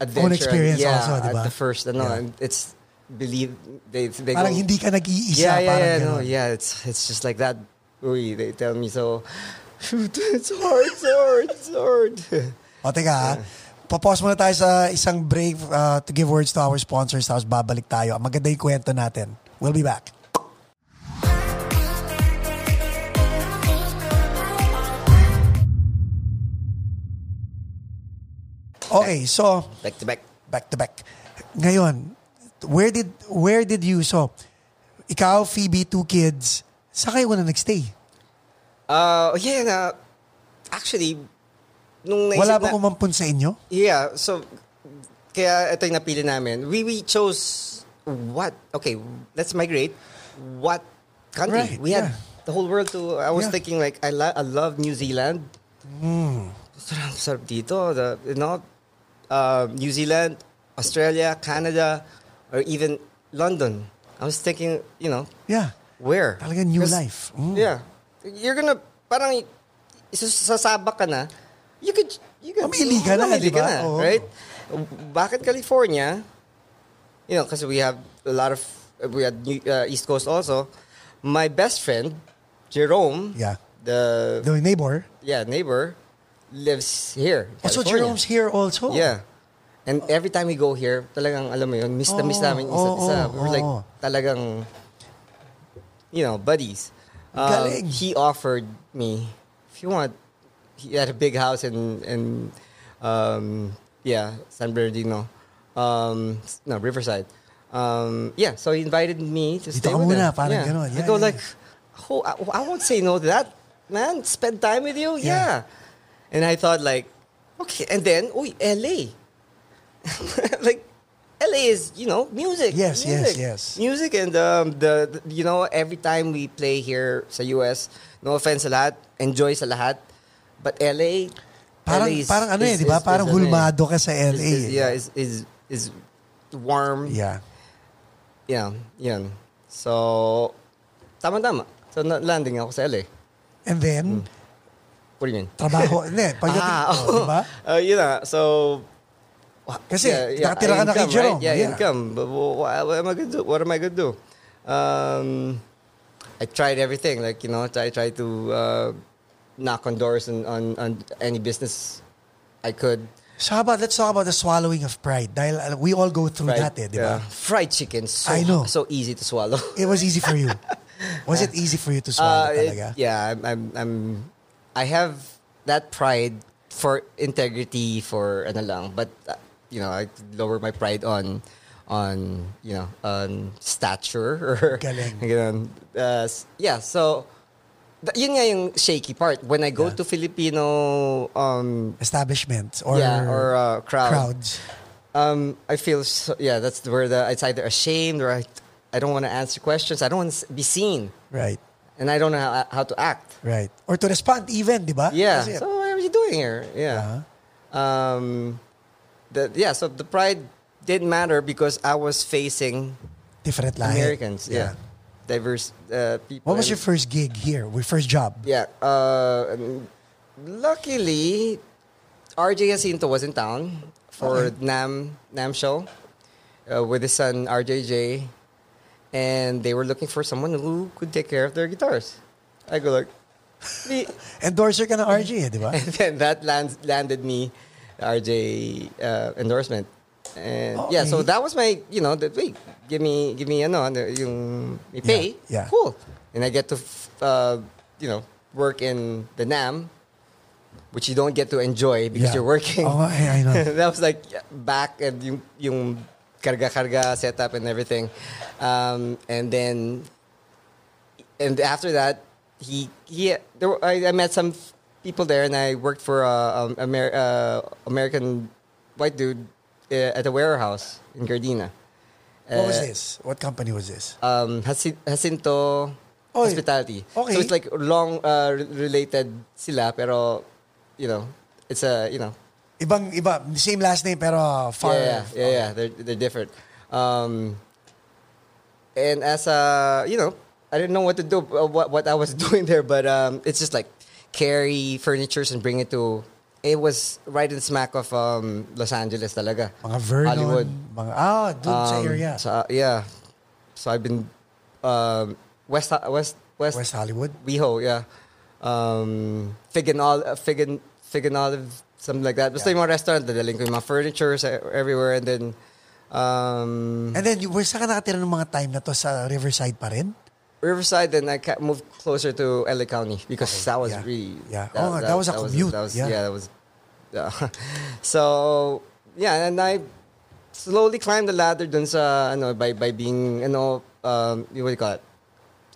S2: adventure
S1: experience
S2: yeah,
S1: also, di ba?
S2: at the first ano
S1: Yeah.
S2: and it's believe they they
S1: Parang
S2: go,
S1: hindi ka nag-iisa.
S2: yeah yeah
S1: parang
S2: yeah no,
S1: ganun.
S2: yeah it's it's just like that Uy, they tell me so shoot it's hard it's hard it's hard
S1: O teka ha, Papause muna tayo sa isang break uh, to give words to our sponsors tapos babalik tayo. Ang maganda yung kwento natin. We'll be back. Okay, so
S2: Back to back.
S1: back to back. Ngayon, where did where did you so ikaw Phoebe two kids saan kayo na nagstay?
S2: Uh, yeah, na, actually, nung naisip
S1: Wala ba
S2: na-
S1: kumampun sa inyo?
S2: Yeah, so kaya ito yung napili namin. We we chose what? Okay, let's migrate. What country?
S1: Right,
S2: we had
S1: yeah.
S2: the whole world to I
S1: Yeah.
S2: was
S1: Hmm.
S2: thinking like I lo- I love New Zealand. Sarap, sarap dito, the, you know, uh, New Zealand, Australia, Canada, or even London. I was thinking, you know,
S1: Yeah.
S2: where?
S1: Talaga new
S2: 'Cause-
S1: life. Mm.
S2: Yeah. You're gonna, parang, sasabak ka na, you could, you could,
S1: Mamili ka na,
S2: mamili
S1: di ba?
S2: na,
S1: Oo.
S2: right? Bakit California? You know, because we have a lot of, we had New, uh, East Coast also. My best friend, Jerome,
S1: Yeah.
S2: the,
S1: The neighbor.
S2: yeah, neighbor, lives here.
S1: Oh,
S2: in
S1: so
S2: California.
S1: Jerome's here also?
S2: Yeah. And every time we go here, talagang alam mo yun, miss na miss
S1: Oo,
S2: namin isa't
S1: oo,
S2: isa. We're like
S1: oo.
S2: talagang, you know, buddies. Um,
S1: Galing.
S2: he offered me, if you want, he had a big house in, in um, yeah, San Bernardino. Um, no, Riverside. Um, yeah, so he invited me to
S1: Dito
S2: stay
S1: ka
S2: with
S1: muna,
S2: him.
S1: parang
S2: yeah.
S1: ganun.
S2: I
S1: Yeah,
S2: go
S1: yeah,
S2: like, oh, I, I won't say no to that, man. Spend time with you,
S1: Yeah.
S2: yeah. And I thought like, okay, and then, oh, LA. like LA is, you know, music.
S1: Yes, yes,
S2: music,
S1: yes.
S2: Music and um, the, the- you know, every time we play here sa US, no offense sa lahat, enjoy sa lahat. But LA,
S1: Parang,
S2: LA is,
S1: parang ano eh,
S2: is-
S1: di ba?
S2: is-
S1: Parang
S2: is ano eh.
S1: hulmado ka sa
S2: Is-
S1: LA.
S2: is- yeah, is, is, is warm.
S1: Yeah.
S2: Yeah, yun. So, tama-tama. So, na- landing ako sa LA.
S1: And then,
S2: What do you mean?
S1: trabaho. Hindi, pagdating,
S2: Mm. Ah,
S1: oh, di ba?
S2: Uh, yun na. So, wha-
S1: Kasi nakatira ka na kay
S2: income,
S1: Jerome,
S2: Right? Yeah,
S1: yeah.
S2: income. But wha- wha- what am I gonna do? What am I gonna do? Um, I tried everything. Like, you know, I tried to uh, knock on doors and on, on any business I could.
S1: So how about, let's talk about the swallowing of pride. Dahil uh, we all go through that eh, di ba?
S2: yeah. Fried chicken. So,
S1: I know.
S2: So easy to swallow.
S1: It was easy for you. Was it easy for you to
S2: Uh,
S1: swallow
S2: it-
S1: talaga?
S2: yeah, I'm, I'm, I'm, I have that pride for integrity for ano lang, but uh, you know, I lower my pride on on you know on stature or
S1: Galing.
S2: ganun. Uh, s- yeah, so th- yun nga yung shaky part when I go
S1: Yeah.
S2: to Filipino um
S1: Establishment or,
S2: yeah or uh, crowd.
S1: crowds.
S2: Um, I feel so, yeah, that's where the it's either ashamed or I, I don't want to answer questions. I don't want to be seen,
S1: Right,
S2: and I don't know how, how to act.
S1: right. Or to respond even, di ba?
S2: Yeah.
S1: Kasi- ah,
S2: So what are you doing here?
S1: Uh-huh.
S2: Yeah. Um, the yeah. So the pride didn't matter because I was facing
S1: different lahi.
S2: Americans. Yeah. Diverse uh, people.
S1: What was your
S2: and-
S1: first gig here? Your first job?
S2: Yeah. Uh, and luckily, RJ Jacinto was in town for
S1: Uh-huh.
S2: Nam Nam show uh, with his son RJJ, and they were looking for someone who could take care of their guitars. I go like, "Me."
S1: Endorser ka ng RJ eh, di ba?
S2: and then that lands, landed me the RJ uh, endorsement. And yeah, so
S1: Okay.
S2: that was my, you know, the, wait, give me, give me, ano, ano, yung may pay.
S1: yeah.
S2: Cool. And I get to, f- uh, you know, work in the NAM, which you don't get to enjoy because
S1: Yeah.
S2: you're working.
S1: Oo nga eh, I know.
S2: that was like back and yung, yung karga-karga setup and everything. Um, and then and after that, he he there were, I, I met some f- people there, and I worked for a um, Amer, uh, American white dude uh, at a warehouse in Gardena.
S1: What
S2: Eh, Uh,
S1: was this? What company was this?
S2: Um, Hasi- Jacinto
S1: Oy.
S2: Hospitality.
S1: Okay.
S2: So it's like long uh, re- related sila, pero you know, it's a you know,
S1: Ibang iba, same last name pero far.
S2: yeah, yeah, yeah, yeah, they're they're different. Um, and as a you know, I didn't know what to do, uh, what what I was doing there, but um, it's just like carry furnitures and bring it to. It was right in smack of um, Los Angeles, talaga.
S1: Mga Vernon,
S2: Hollywood.
S1: mga ah, dun sa
S2: Um,
S1: area.
S2: So, uh, yeah. So I've been um, West West West
S1: West Hollywood.
S2: WeHo, yeah. Um, fig and olive, fig and, fig and olive something like that. Basta yung mga restaurant, dadaling ko yung mga furniture sa- everywhere and then um,
S1: And then, you- where saan ka nakatira ng mga time na to sa Riverside pa rin?
S2: Riverside then I ca- moved closer to LA County because that was
S1: yeah.
S2: really
S1: Yeah. Oh, that was a commute,
S2: that was,
S1: yeah.
S2: yeah. that was yeah. so yeah and I slowly climbed the ladder dun sa ano by by being you know um what do you call it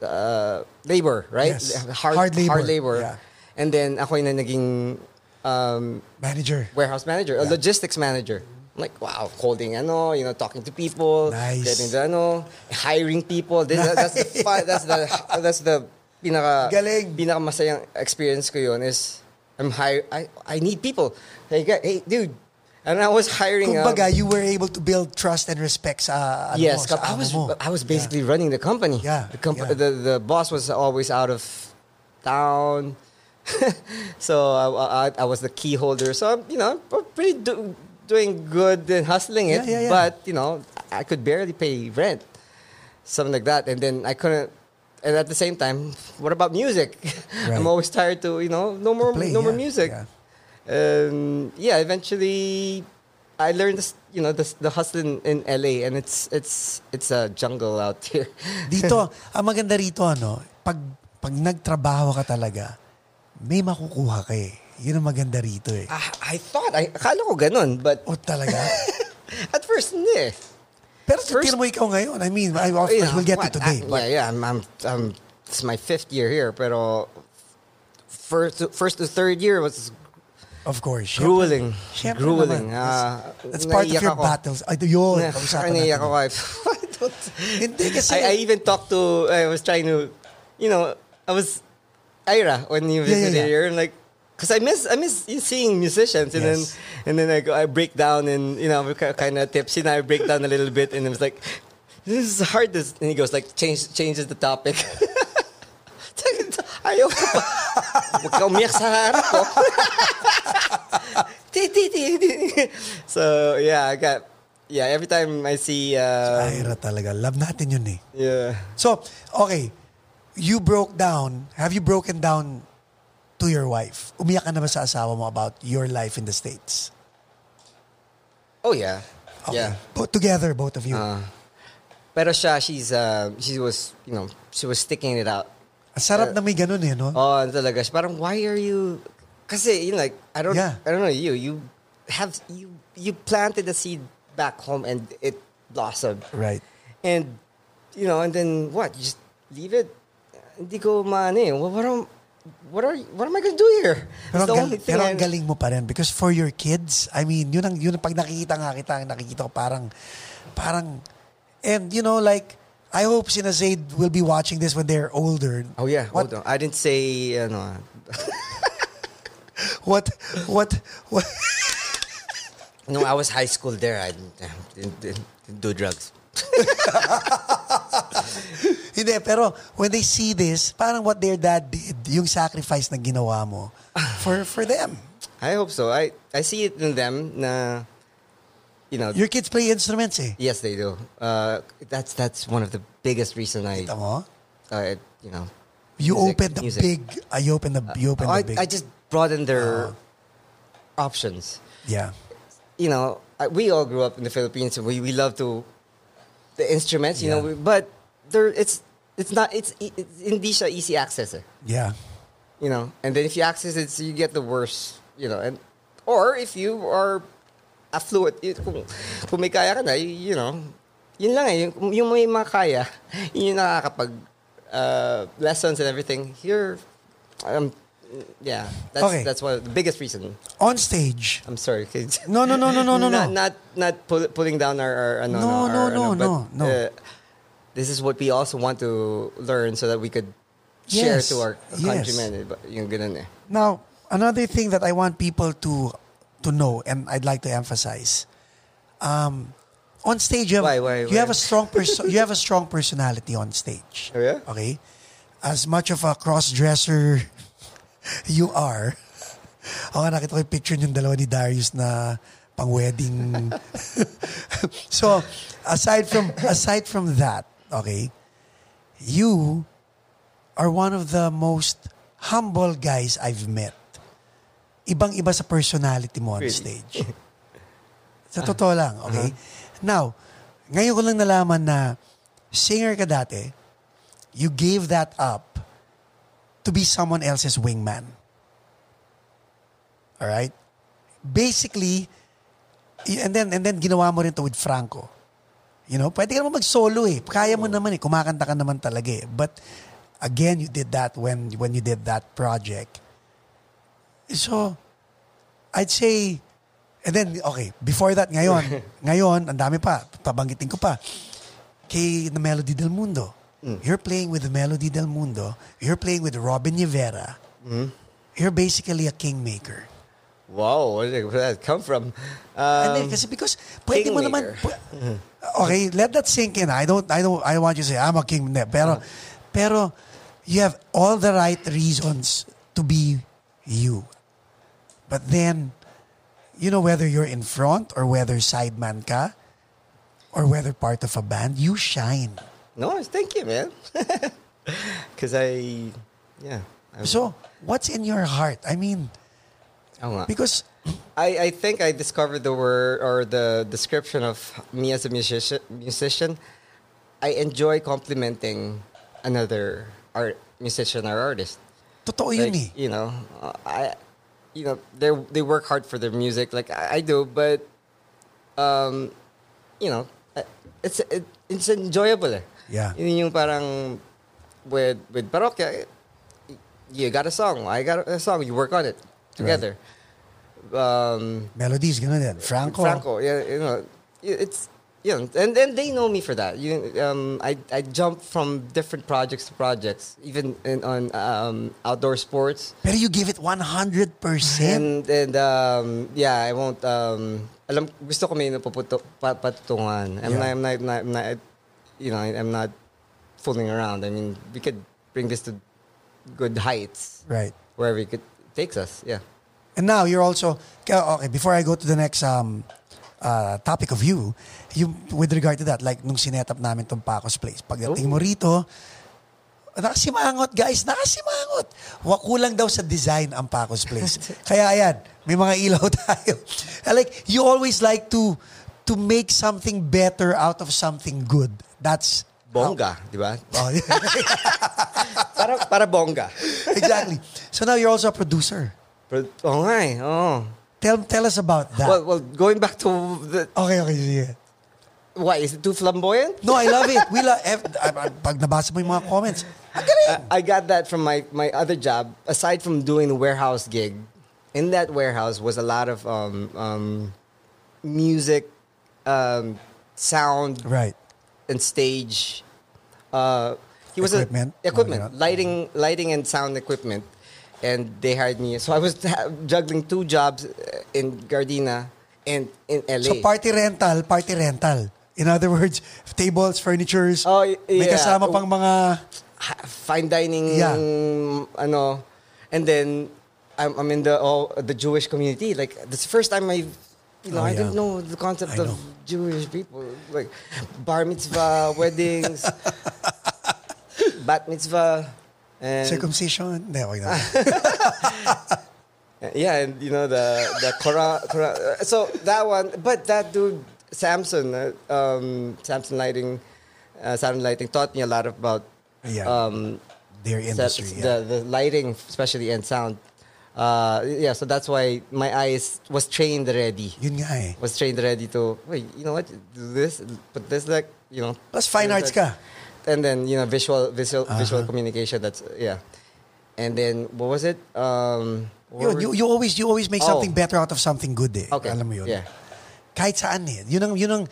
S2: uh, labor right
S1: Yes.
S2: hard,
S1: Hard labor,
S2: hard labor
S1: yeah.
S2: and then ako yung na naging um,
S1: Manager.
S2: warehouse manager, a logistics manager. I'm like, wow, holding ano, you know, talking to people,
S1: Nice.
S2: getting the ano, hiring people. This, That's the fun, that's the that's the pinaka
S1: Galing.
S2: pinaka masayang experience ko yun is I'm hire I I need people. Hey, guy- hey dude. And I was hiring um,
S1: Kumbaga, you were able to build trust and respect sa ano
S2: yes,
S1: mo, sa
S2: I
S1: amo
S2: was
S1: mo.
S2: I was basically running the company.
S1: Yeah,
S2: The, comp-
S1: yeah.
S2: the the boss was always out of town. so I, I, I was the key holder. So I'm, you know, I'm pretty do, doing good and hustling it,
S1: Yeah, yeah, yeah.
S2: but you know, I could barely pay rent. Something like that. And then I couldn't and at the same time, what about music?
S1: Right.
S2: I'm always tired to, you know, no more
S1: play,
S2: no more
S1: yeah,
S2: music.
S1: yeah.
S2: Um, yeah, eventually I learned this, you know, this, the hustle in, in LA and it's it's it's a jungle out here.
S1: Dito, ang maganda rito, ano, pag, pag nagtrabaho ka talaga, may makukuha ka eh. Yun ang maganda rito eh.
S2: I, I thought I akala ko ganun, but
S1: O talaga?
S2: at first hindi.
S1: Pero
S2: First-
S1: tignan mo ikaw ngayon. I mean, I, of course,
S2: Yeah,
S1: we'll get to
S2: what? Ah,
S1: today.
S2: I- yeah, yeah, I'm, I'm I'm it's my fifth year here, pero first to- first to third year was
S1: Of course. syempre.
S2: grueling.
S1: Syempre
S2: grueling.
S1: naman.
S2: Ah,
S1: That's part of
S2: naiyak
S1: your
S2: ako.
S1: battles. Ay, yun.
S2: Nah,
S1: Pag-usapan
S2: naiyak ako.
S1: natin.
S2: I, I don't.
S1: Hindi kasi-
S2: I, I even talked to. I was trying to, you know, I was Ira when you
S1: Yeah, yeah,
S2: visited
S1: yeah.
S2: here, and like, cause I miss I miss seeing musicians, and
S1: Yes.
S2: then and then I go, I break down, and you know, we're kind of tipsy, and I break down a little bit, and it was like, this is hard. This, and he goes like, change changes the topic. Ayaw ko pa. Huwag ka umiyak sa harap ko. Ti, ti, ti, ti. so yeah, I got yeah. Every time I see uh,
S1: Ira talaga. Love natin yun eh.
S2: yeah,
S1: So, okay. You broke down. Have you broken down to your wife? Umiyak ka na ba sa asawa mo about your life in the States?
S2: oh yeah, yeah. Ah.
S1: Bo- together, both of you.
S2: Pero siya, she's uh, she was you know she was sticking it out.
S1: Ang sarap na may ganun eh, no?
S2: Uh, Oh, ano talaga siya. Parang why are you? Kasi you know, like I don't
S1: Yeah.
S2: I don't know you. You have you you planted the seed back home and it blossomed.
S1: Right.
S2: And, you know, and then what? You just leave it? Hindi ko maano eh. What, what, am, what, are, what am I gonna do here?
S1: Pero,
S2: It's the
S1: ang,
S2: only
S1: gal-
S2: thing
S1: pero
S2: I-
S1: ang galing mo pa rin because for your kids, I mean, yun ang, yun ang pag nakikita nga kita, ang nakikita ko parang, parang, and you know, like, I hope Sina Zaid will be watching this when they're older.
S2: Oh yeah,
S1: What,
S2: hold on. I didn't say, ano,
S1: what, what, what,
S2: no, I was high school there. I didn't, didn't, didn't, didn't do drugs.
S1: Hindi, pero when they see this, parang what their dad did, yung sacrifice na ginawa mo for for them.
S2: I hope so. I, I see it in them na, you know,
S1: Your kids play instruments eh.
S2: yes, they do. Uh, that's, that's one of the biggest reason I,
S1: Kita mo?
S2: uh, you know,
S1: You
S2: Music,
S1: opened the
S2: music. Oh,
S1: big, I opened the, you opened
S2: I,
S1: the big. Uh-huh.
S2: I just broaden their options.
S1: yeah.
S2: you know, I, we all grew up in the Philippines and we, we love to the instruments, you know,
S1: Yeah.
S2: we, but there it's it's not it's, e- it's hindi siya easy access, eh,
S1: Yeah.
S2: you know. And then if you access it, so you get the worst, you know, and or if you are affluent, y- kung, kung may kaya ka na, y- you, know, yun lang eh, yung, yung may mga kaya, yun yung nakakapag uh, lessons and everything. Here, um, yeah, that's
S1: Okay.
S2: that's one of the biggest reason.
S1: On stage.
S2: I'm sorry, kids.
S1: No, no, no, no, no, no,
S2: Not
S1: no.
S2: not, not pull, pulling down our, our ano,
S1: No,
S2: our,
S1: no, no,
S2: ano, but,
S1: no, no.
S2: uh, this is what we also want to learn so that we could share
S1: Yes,
S2: to our
S1: yes.
S2: countrymen. eh, but Yung ganun eh.
S1: Now, another thing that I want people to to know and I'd like to emphasize. Um, on stage, you have,
S2: Why, why,
S1: you
S2: why?
S1: have a strong perso- you have a strong personality on stage.
S2: Oh, yeah?
S1: Okay, as much of a cross dresser you are. Oo nga, nakita ko yung picture yung dalawa ni Darius na pang wedding. so, aside from aside from that, okay, you are one of the most humble guys I've met ibang-iba sa personality mo on
S2: Really?
S1: stage. sa totoo lang, okay? Now, ngayon ko lang nalaman na singer ka dati, you gave that up to be someone else's wingman. All right? Basically, y- and then and then ginawa mo rin to with Franco. You know, pwede ka naman mag-solo eh. Kaya mo naman eh. Kumakanta ka naman talaga eh. But again, you did that when when you did that project. So, I'd say, and then, okay, before that, ngayon, ngayon, ang dami pa, pabanggitin ko pa, kay The Melody Del Mundo. You're playing with The Melody Del Mundo. You're playing with Robin Rivera. You're basically a kingmaker.
S2: Wow, where did that come from?
S1: And then,
S2: Um,
S1: kasi because pwede mo naman
S2: Kingmaker.
S1: pu- Okay, let that sink in. I don't I don't I don't want you to say I'm a king hindi.
S2: Uh-huh.
S1: pero pero you have all the right reasons to be you. But then you know whether you're in front or whether sideman ka or whether part of a band, you shine.
S2: no, thank you, man. Because I, yeah. I,
S1: So, what's in your heart? I mean,
S2: Oo nga.
S1: because
S2: I, I think I discovered the word or the description of me as a musician. Musician, I enjoy complimenting another art musician or artist.
S1: totoo yun eh.
S2: Like, you know, uh, I, you know, they they work hard for their music, like I, I do. But, um, you know, uh, it's it, it's enjoyable. eh.
S1: Yeah.
S2: Yun yung parang with with Parokya, you got a song, I got a song, you work on it together. Um,
S1: Melodies ganun din. Franco.
S2: Franco, yeah, you know, it- it's you know, and then they know me for that. You, um, I I jump from different projects to projects, even in, on um, outdoor sports.
S1: Pero you give it 100%.
S2: And and um, yeah, I won't. Um, alam gusto ko may napuputo pa, patutungan. I'm,
S1: Yeah.
S2: not, I'm, not, I'm not. I'm not- You know, I'm not fooling around. I mean, we could bring this to good heights
S1: right.
S2: wherever it could, takes us. Yeah.
S1: And now you're also okay. okay, Before I go to the next um, uh, topic of you, you with regard to that, like nung sinetap namin tong Paco's Place, pagdating mo rito, nakasimangot guys, nakasimangot. Wa- Kulang daw sa design ang Paco's Place. Kaya ayan, may mga ilaw tayo. And like you always like to to make something better out of something good. That's
S2: Bonga, di ba?
S1: Oh,
S2: para para bonga.
S1: exactly. So now you're also a producer.
S2: Pero, oh nga eh, oo.
S1: Tell tell us about that.
S2: Well, well, going back to the,
S1: okay, okay, sige.
S2: why is it too flamboyant?
S1: No, I love it. We love ev- I- I- ah, pag nabasa mo yung mga comments. Ang galing.
S2: I got that from my, my other job. Aside from doing the warehouse gig, in that warehouse was a lot of um, um, music, um, sound,
S1: Right.
S2: and stage. Uh, he was
S1: Equipment?
S2: a equipment,
S1: Whatnot.
S2: lighting, lighting and sound equipment, and they hired me. So I was ha- juggling two jobs uh, in Gardena and in LA.
S1: So party rental, party rental. In other words, tables, furnitures.
S2: Oh, y-
S1: May
S2: yeah.
S1: kasama pang mga
S2: ha- fine dining
S1: Yeah.
S2: ano and then I'm, I'm in the all the Jewish community like this first time I you know
S1: Oh,
S2: I didn't
S1: yeah.
S2: know the concept
S1: I know.
S2: of Jewish people like bar mitzvah weddings bat mitzvah and
S1: circumcision. Hindi, wag na.
S2: yeah and you know the the Quran, Quran uh, so that one but that dude Samson uh, um, Samson lighting uh, Samson lighting taught me a lot about
S1: Yeah.
S2: um,
S1: Their
S2: that's
S1: industry. yeah.
S2: the, the lighting, especially and sound. Uh, yeah, so that's why my eyes was trained ready.
S1: Yun nga eh.
S2: Was trained ready to wait. You know what? Do this, put this like you know.
S1: Plus fine
S2: do
S1: arts
S2: that.
S1: ka.
S2: And then you know visual, visual, visual
S1: Uh-huh.
S2: communication. That's yeah. And then what was it? Um, what
S1: Yun,
S2: were-
S1: you, you always you always make
S2: Oh.
S1: something better out of something good eh.
S2: Okay,
S1: Alam mo yun.
S2: yeah.
S1: Kahit saan eh. Yun ang, yun ang,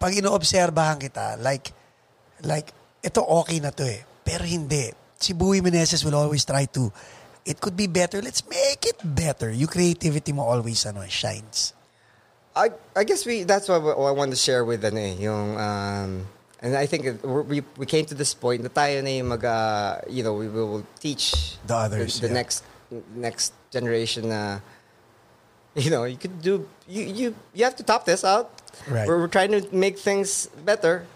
S1: pag inoobserbahan kita, like, like, ito okay na to eh. Pero hindi. Si Bowie Meneses will always try to, it could be better, let's make it better. Yung creativity mo always, ano, shines.
S2: I I guess we that's what, what I wanted to share with ano eh, yung um and I think it, we we came to this point na tayo na yung mag uh, you know we will teach
S1: The others,
S2: the, the
S1: yeah.
S2: next next generation na you know you could do you you you have to top this out
S1: Right.
S2: we're, we're trying to make things better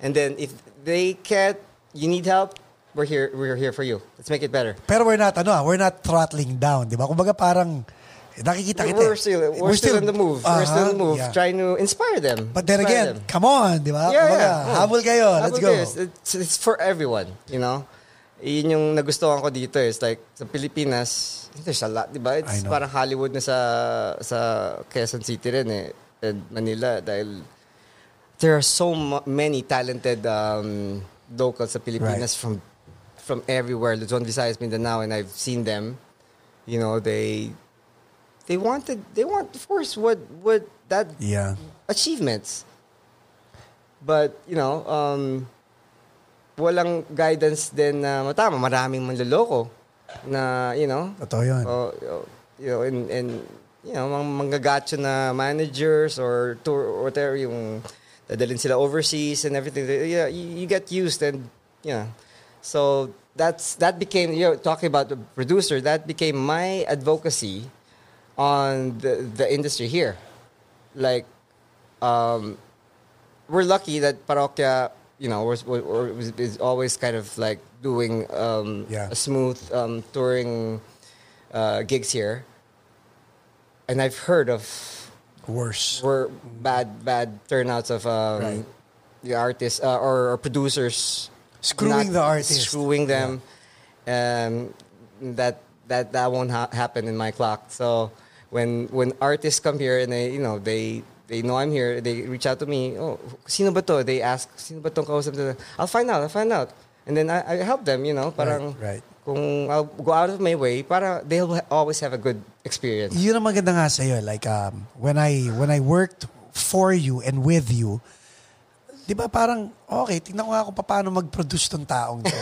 S2: and then if they can't you need help we're here we're here for you let's make it better
S1: Pero we're not, ano ah, we're not throttling down, di ba? Kumbaga parang, Nakikita kita.
S2: We're
S1: eh.
S2: still, we're, still, in the move. we're still in the
S1: Uh-huh,
S2: move,
S1: yeah.
S2: trying to inspire them.
S1: But then
S2: Inspire
S1: again,
S2: them.
S1: come on, di ba?
S2: Yeah,
S1: Kumbaga,
S2: yeah. Oh.
S1: Habol kayo. Let's
S2: Habol
S1: go.
S2: kayo. It's, it's for everyone, you know? Yun yung nagustuhan ko dito is like, sa Pilipinas, there's a lot, di ba?
S1: I
S2: It's
S1: know.
S2: parang Hollywood na sa, sa Quezon City rin eh, and Manila dahil there are so mu- many talented um, locals sa Pilipinas from from everywhere. Luzon, Visayas, Mindanao, and I've seen them. You know, they they wanted they want of course what what that
S1: Yeah.
S2: achievements. But, you know, um, walang guidance din na matama. Maraming manloloko na, you know,
S1: Totoo yun.
S2: oh, oh, you know, and, and you know, mga manggagacho na managers or tour or whatever yung dadalhin sila overseas and everything. Yeah, you, you get used and, you know, so that's that became you know talking about the producer that became my advocacy on the, the industry here like um, we're lucky that Parokya, you know, was, was, was, is always kind of like doing um,
S1: Yeah.
S2: a smooth um, touring uh, gigs here. And I've heard of
S1: Worse.
S2: were bad bad turnouts of um,
S1: Right.
S2: the artists uh, or, or producers
S1: Screwing
S2: not
S1: the artist.
S2: screwing them. Um, that that that won't ha- happen in my clock. So when when artists come here and they you know they they know I'm here, they reach out to me. Oh, sino ba to? They ask sino ba tong kausap nila? I'll find out. I'll find out. And then I, I help them. You know, parang
S1: right.
S2: kung I'll go out of my way para they'll ha- always have a good experience.
S1: Yun ang maganda nga sa'yo. Like, um, when I when I worked for you and with you, di ba parang, okay, tingnan ko nga kung paano mag-produce tong taong to.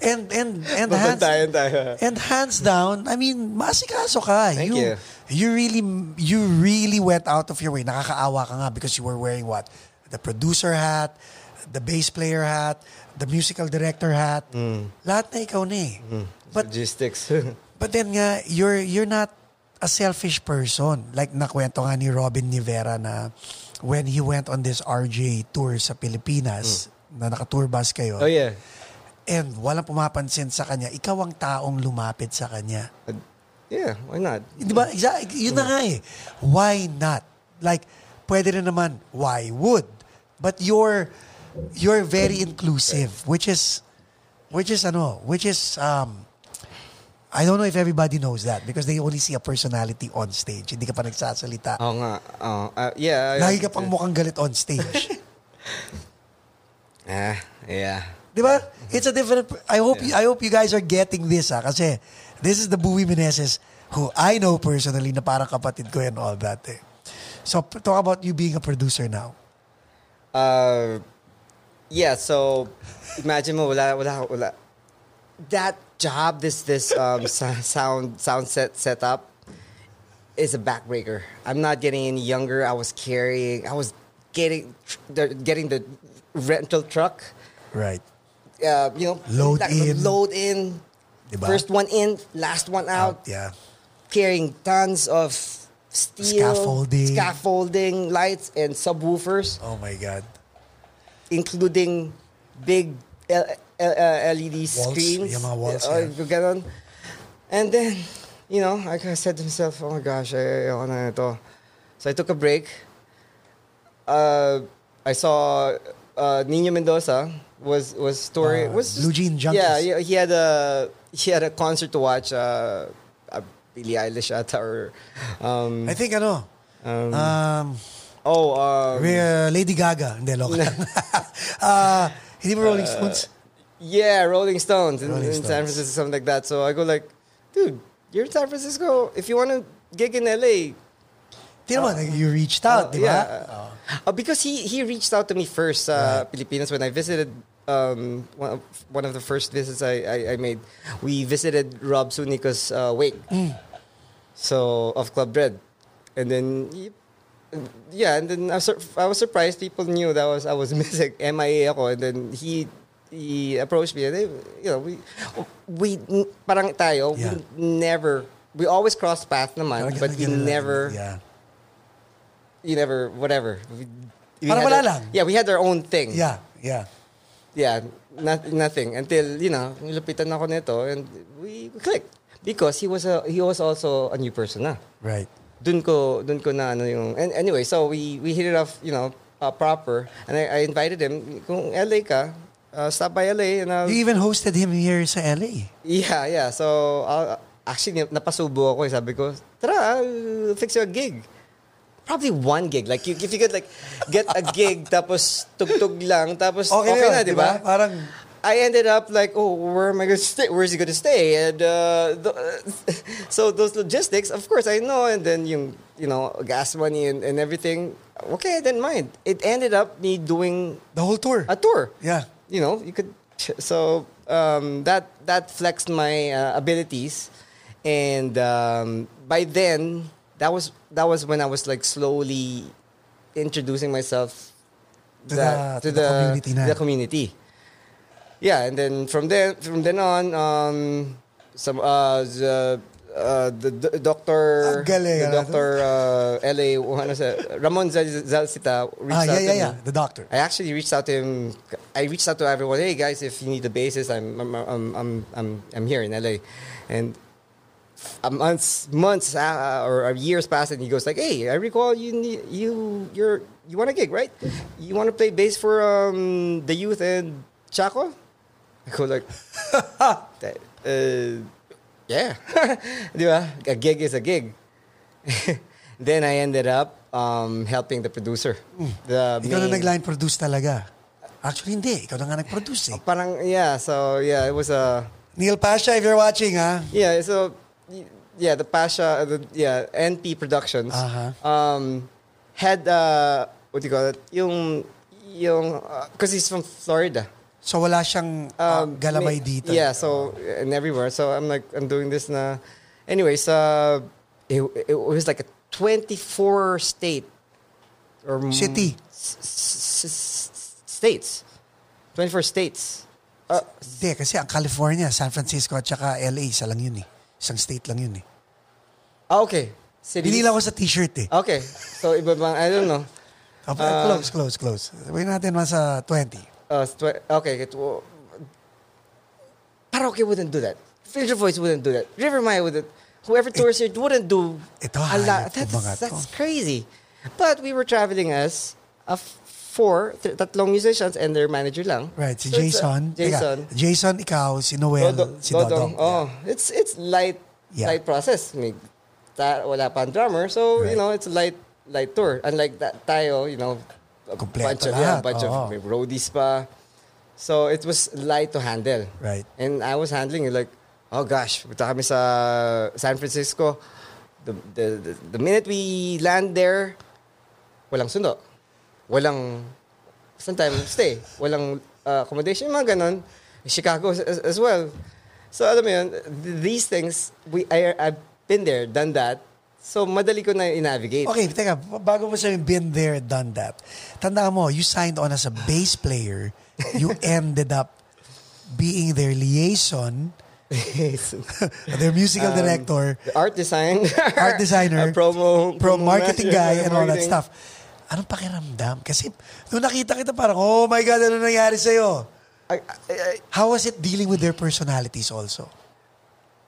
S1: and, and, and, hands,
S2: Babantayan tayo.
S1: and hands down, I mean, masikaso ka.
S2: Thank you.
S1: You really, you really went out of your way. Nakakaawa ka nga because you were wearing what? The producer hat, the bass player hat, the musical director hat.
S2: Mm.
S1: Lahat na ikaw na eh. But
S2: Logistics.
S1: But then nga, you're you're not a selfish person. Like nakwento nga ni Robin Rivera na when he went on this RJ tour sa Pilipinas, na naka-tour bus kayo,
S2: Hmm. oh yeah.
S1: and walang pumapansin sa kanya, ikaw ang taong lumapit sa kanya.
S2: Uh, Yeah, why not?
S1: Di ba? Exact, yun na nga eh. Why not? Like, pwede rin naman, why would? But you're, you're very inclusive, which is, which is ano, which is, um, I don't know if everybody knows that because they only see a personality on stage. Hindi ka pa nagsasalita.
S2: Oo Oh, nga. Oo. Ah, yeah.
S1: Lagi ka pang mukhang galit on stage.
S2: Ah, yeah.
S1: Di ba? It's a different, I hope, you, I hope you guys are getting this ah, kasi this is the Buwi Meneses who I know personally na parang kapatid ko and all that eh. So p- talk about you being a producer now.
S2: Uh, yeah, so imagine mo wala wala wala that job this this um sa- sound sound set setup is a backbreaker. I'm not getting any younger. I was carrying I was getting the, getting the rental truck
S1: Right.
S2: uh, you know
S1: Load in.
S2: load in
S1: Diba?
S2: first one in last one out,
S1: Yeah.
S2: carrying tons of steel
S1: Scaffolding.
S2: scaffolding lights and subwoofers
S1: Oh my God.
S2: including big L- L- uh, LED
S1: Walls,
S2: screens.
S1: yung mga walls,
S2: Uh,
S1: yeah.
S2: ganun. And then, you know, I kinda said to myself, oh my gosh, ay- ayoko na ito. So I took a break. Uh, I saw uh, Nino Mendoza was was story
S1: Uh,
S2: was
S1: Blue Jean Junkies.
S2: Yeah, yeah, he had a he had a concert to watch. Uh, uh, Billie Eilish ata or um,
S1: I think ano,
S2: um,
S1: um,
S2: oh um,
S1: we- uh, Lady Gaga. Hindi, loka lang. uh, hindi mo Rolling Stones?
S2: Yeah, Rolling Stones in,
S1: Rolling
S2: in San
S1: Stones.
S2: Francisco, something like that. So I go like, dude, you're in San Francisco. If you want to gig in LA,
S1: Di naman, you reached out,
S2: uh,
S1: di ba? Oh,
S2: Uh, because he he reached out to me first, uh, Pilipinas, when I visited. Um, one of, one of the first visits I, I, I made, we visited Rob Sunico's uh, wake,
S1: Mm.
S2: so of Club Dread, and then y- yeah, and then I, was sur- I was surprised people knew that was I was missing MIA ako, and then he he approached me, and they, you know we we parang tayo
S1: Yeah.
S2: we never we always cross path naman, Uh, but we never
S1: Yeah.
S2: you never whatever. We, we
S1: Parang
S2: had
S1: wala
S2: our-
S1: lang.
S2: Yeah, we had our own thing.
S1: Yeah, yeah.
S2: Yeah, not, nothing until you know, nilupitan ako nito and we clicked. because he was a he was also a new person na.
S1: Right.
S2: Dun ko dun ko na ano yung and anyway, so we we hit it off, you know, uh, proper. And I, I invited him kung LA ka, uh, stop by LA and I'll,
S1: You even hosted him here sa LA.
S2: Yeah, yeah. So I'll, actually napasubo ako, eh. sabi ko, tara, I'll fix you a gig. Probably one gig. Like you, if you could like get a gig tapos tugtog lang tapos okay, na, di ba?
S1: Parang,
S2: I ended up like, oh, where am I going to stay? Where is he going to stay? And uh, th- so those logistics, of course, I know. And then yung, you know, gas money and, and everything. Okay, I didn't mind. It ended up me doing
S1: the whole tour.
S2: a tour.
S1: yeah.
S2: You know, you could. So um, that that flexed my uh, abilities, and um, by then that was that was when I was like slowly introducing myself
S1: To the- to the community na.
S2: the community. Yeah, and then from then from then on, um, some uh, the, uh, the d- doctor,
S1: Ang galing, ah,
S2: the
S1: ano?
S2: doctor uh, LA, ano sa Ramon Zal- Zalcita reached
S1: Ah,
S2: out
S1: yeah,
S2: to
S1: yeah,
S2: me.
S1: yeah. The doctor.
S2: I actually reached out to him. I reached out to everyone. Hey guys, if you need a bassist, I'm I'm I'm I'm I'm, I'm here in LA, and a months months uh, or years passed, and he goes like, Hey, I recall you need you you're you want a gig, right? You want to play bass for um the youth and Chaco? I go like, that, uh, yeah, Di ba? A gig is a gig. then I ended up um, helping the producer. The
S1: Hmm. Ikaw na
S2: main-
S1: nag-line produce talaga. Actually, hindi. Ikaw na nga nag-produce eh.
S2: Parang yeah, so yeah, it was a
S1: Neil Pasha, if you're watching, ha?
S2: yeah, so yeah, the Pasha, uh, the yeah, NP Productions
S1: Uh-huh.
S2: um had uh what do you call it? Yung yung because he's from Florida.
S1: So wala siyang ah,
S2: Um,
S1: galamay
S2: may-
S1: dito.
S2: Yeah, so and everywhere. So I'm like I'm doing this na anyways, uh it, it was like a 24 state or m-
S1: City.
S2: s- s- s- states. 24 states. Uh,
S1: Hindi, kasi ang California, San Francisco at saka LA, isa lang yun eh. Isang state lang yun eh.
S2: ah, okay. Cities.
S1: Binila ko sa t-shirt eh.
S2: Okay. So, iba bang, I don't know. Oh,
S1: Tapos, close, close, close. Sabihin natin masa 20.
S2: Uh, tw- okay. It, well, Parokya wouldn't do that. Future Voice wouldn't do that. River Maya wouldn't. Whoever tours here wouldn't do
S1: Ito,
S2: a
S1: hayop
S2: lot.
S1: ko mga
S2: That's,
S1: to.
S2: that's crazy. But we were traveling as a f- four, th- tatlong musicians and their manager lang.
S1: Right, si
S2: So it's a-
S1: Jason. Teka,
S2: Jason.
S1: Jason, ikaw, si Noel,
S2: Dodong-
S1: si Dodong.
S2: Dodong. Oh, it's it's light
S1: Yeah.
S2: light process. May ta, wala pa ang drummer, so you
S1: Right.
S2: know, it's a light light tour. Unlike that tayo, you know, a
S1: Kompleto
S2: bunch of
S1: lahat,
S2: yeah, bunch
S1: oo.
S2: of may roadies pa. So it was light to handle.
S1: Right.
S2: And I was handling it like, oh gosh, punta kami sa San Francisco. The, the, the, the minute we land there, walang sundo. Walang sometimes stay. Walang uh, accommodation, mga ganun. Chicago as, as well. So alam mo yun, th- these things, we, I, I've been there, done that. So madali ko na i-navigate.
S1: Okay, teka, bago mo sabihin, been there, done that. Tandaan mo, you signed on as a bass player. You ended up being their liaison, their musical director,
S2: Um, The art design.
S1: art designer,
S2: uh, promo,
S1: pro marketing guy,
S2: manager,
S1: and all that
S2: marketing.
S1: stuff. Anong pakiramdam? Kasi nung nakita kita, parang, oh my God, ano nangyari sa'yo?
S2: I- I- I-
S1: How was it dealing with their personalities also?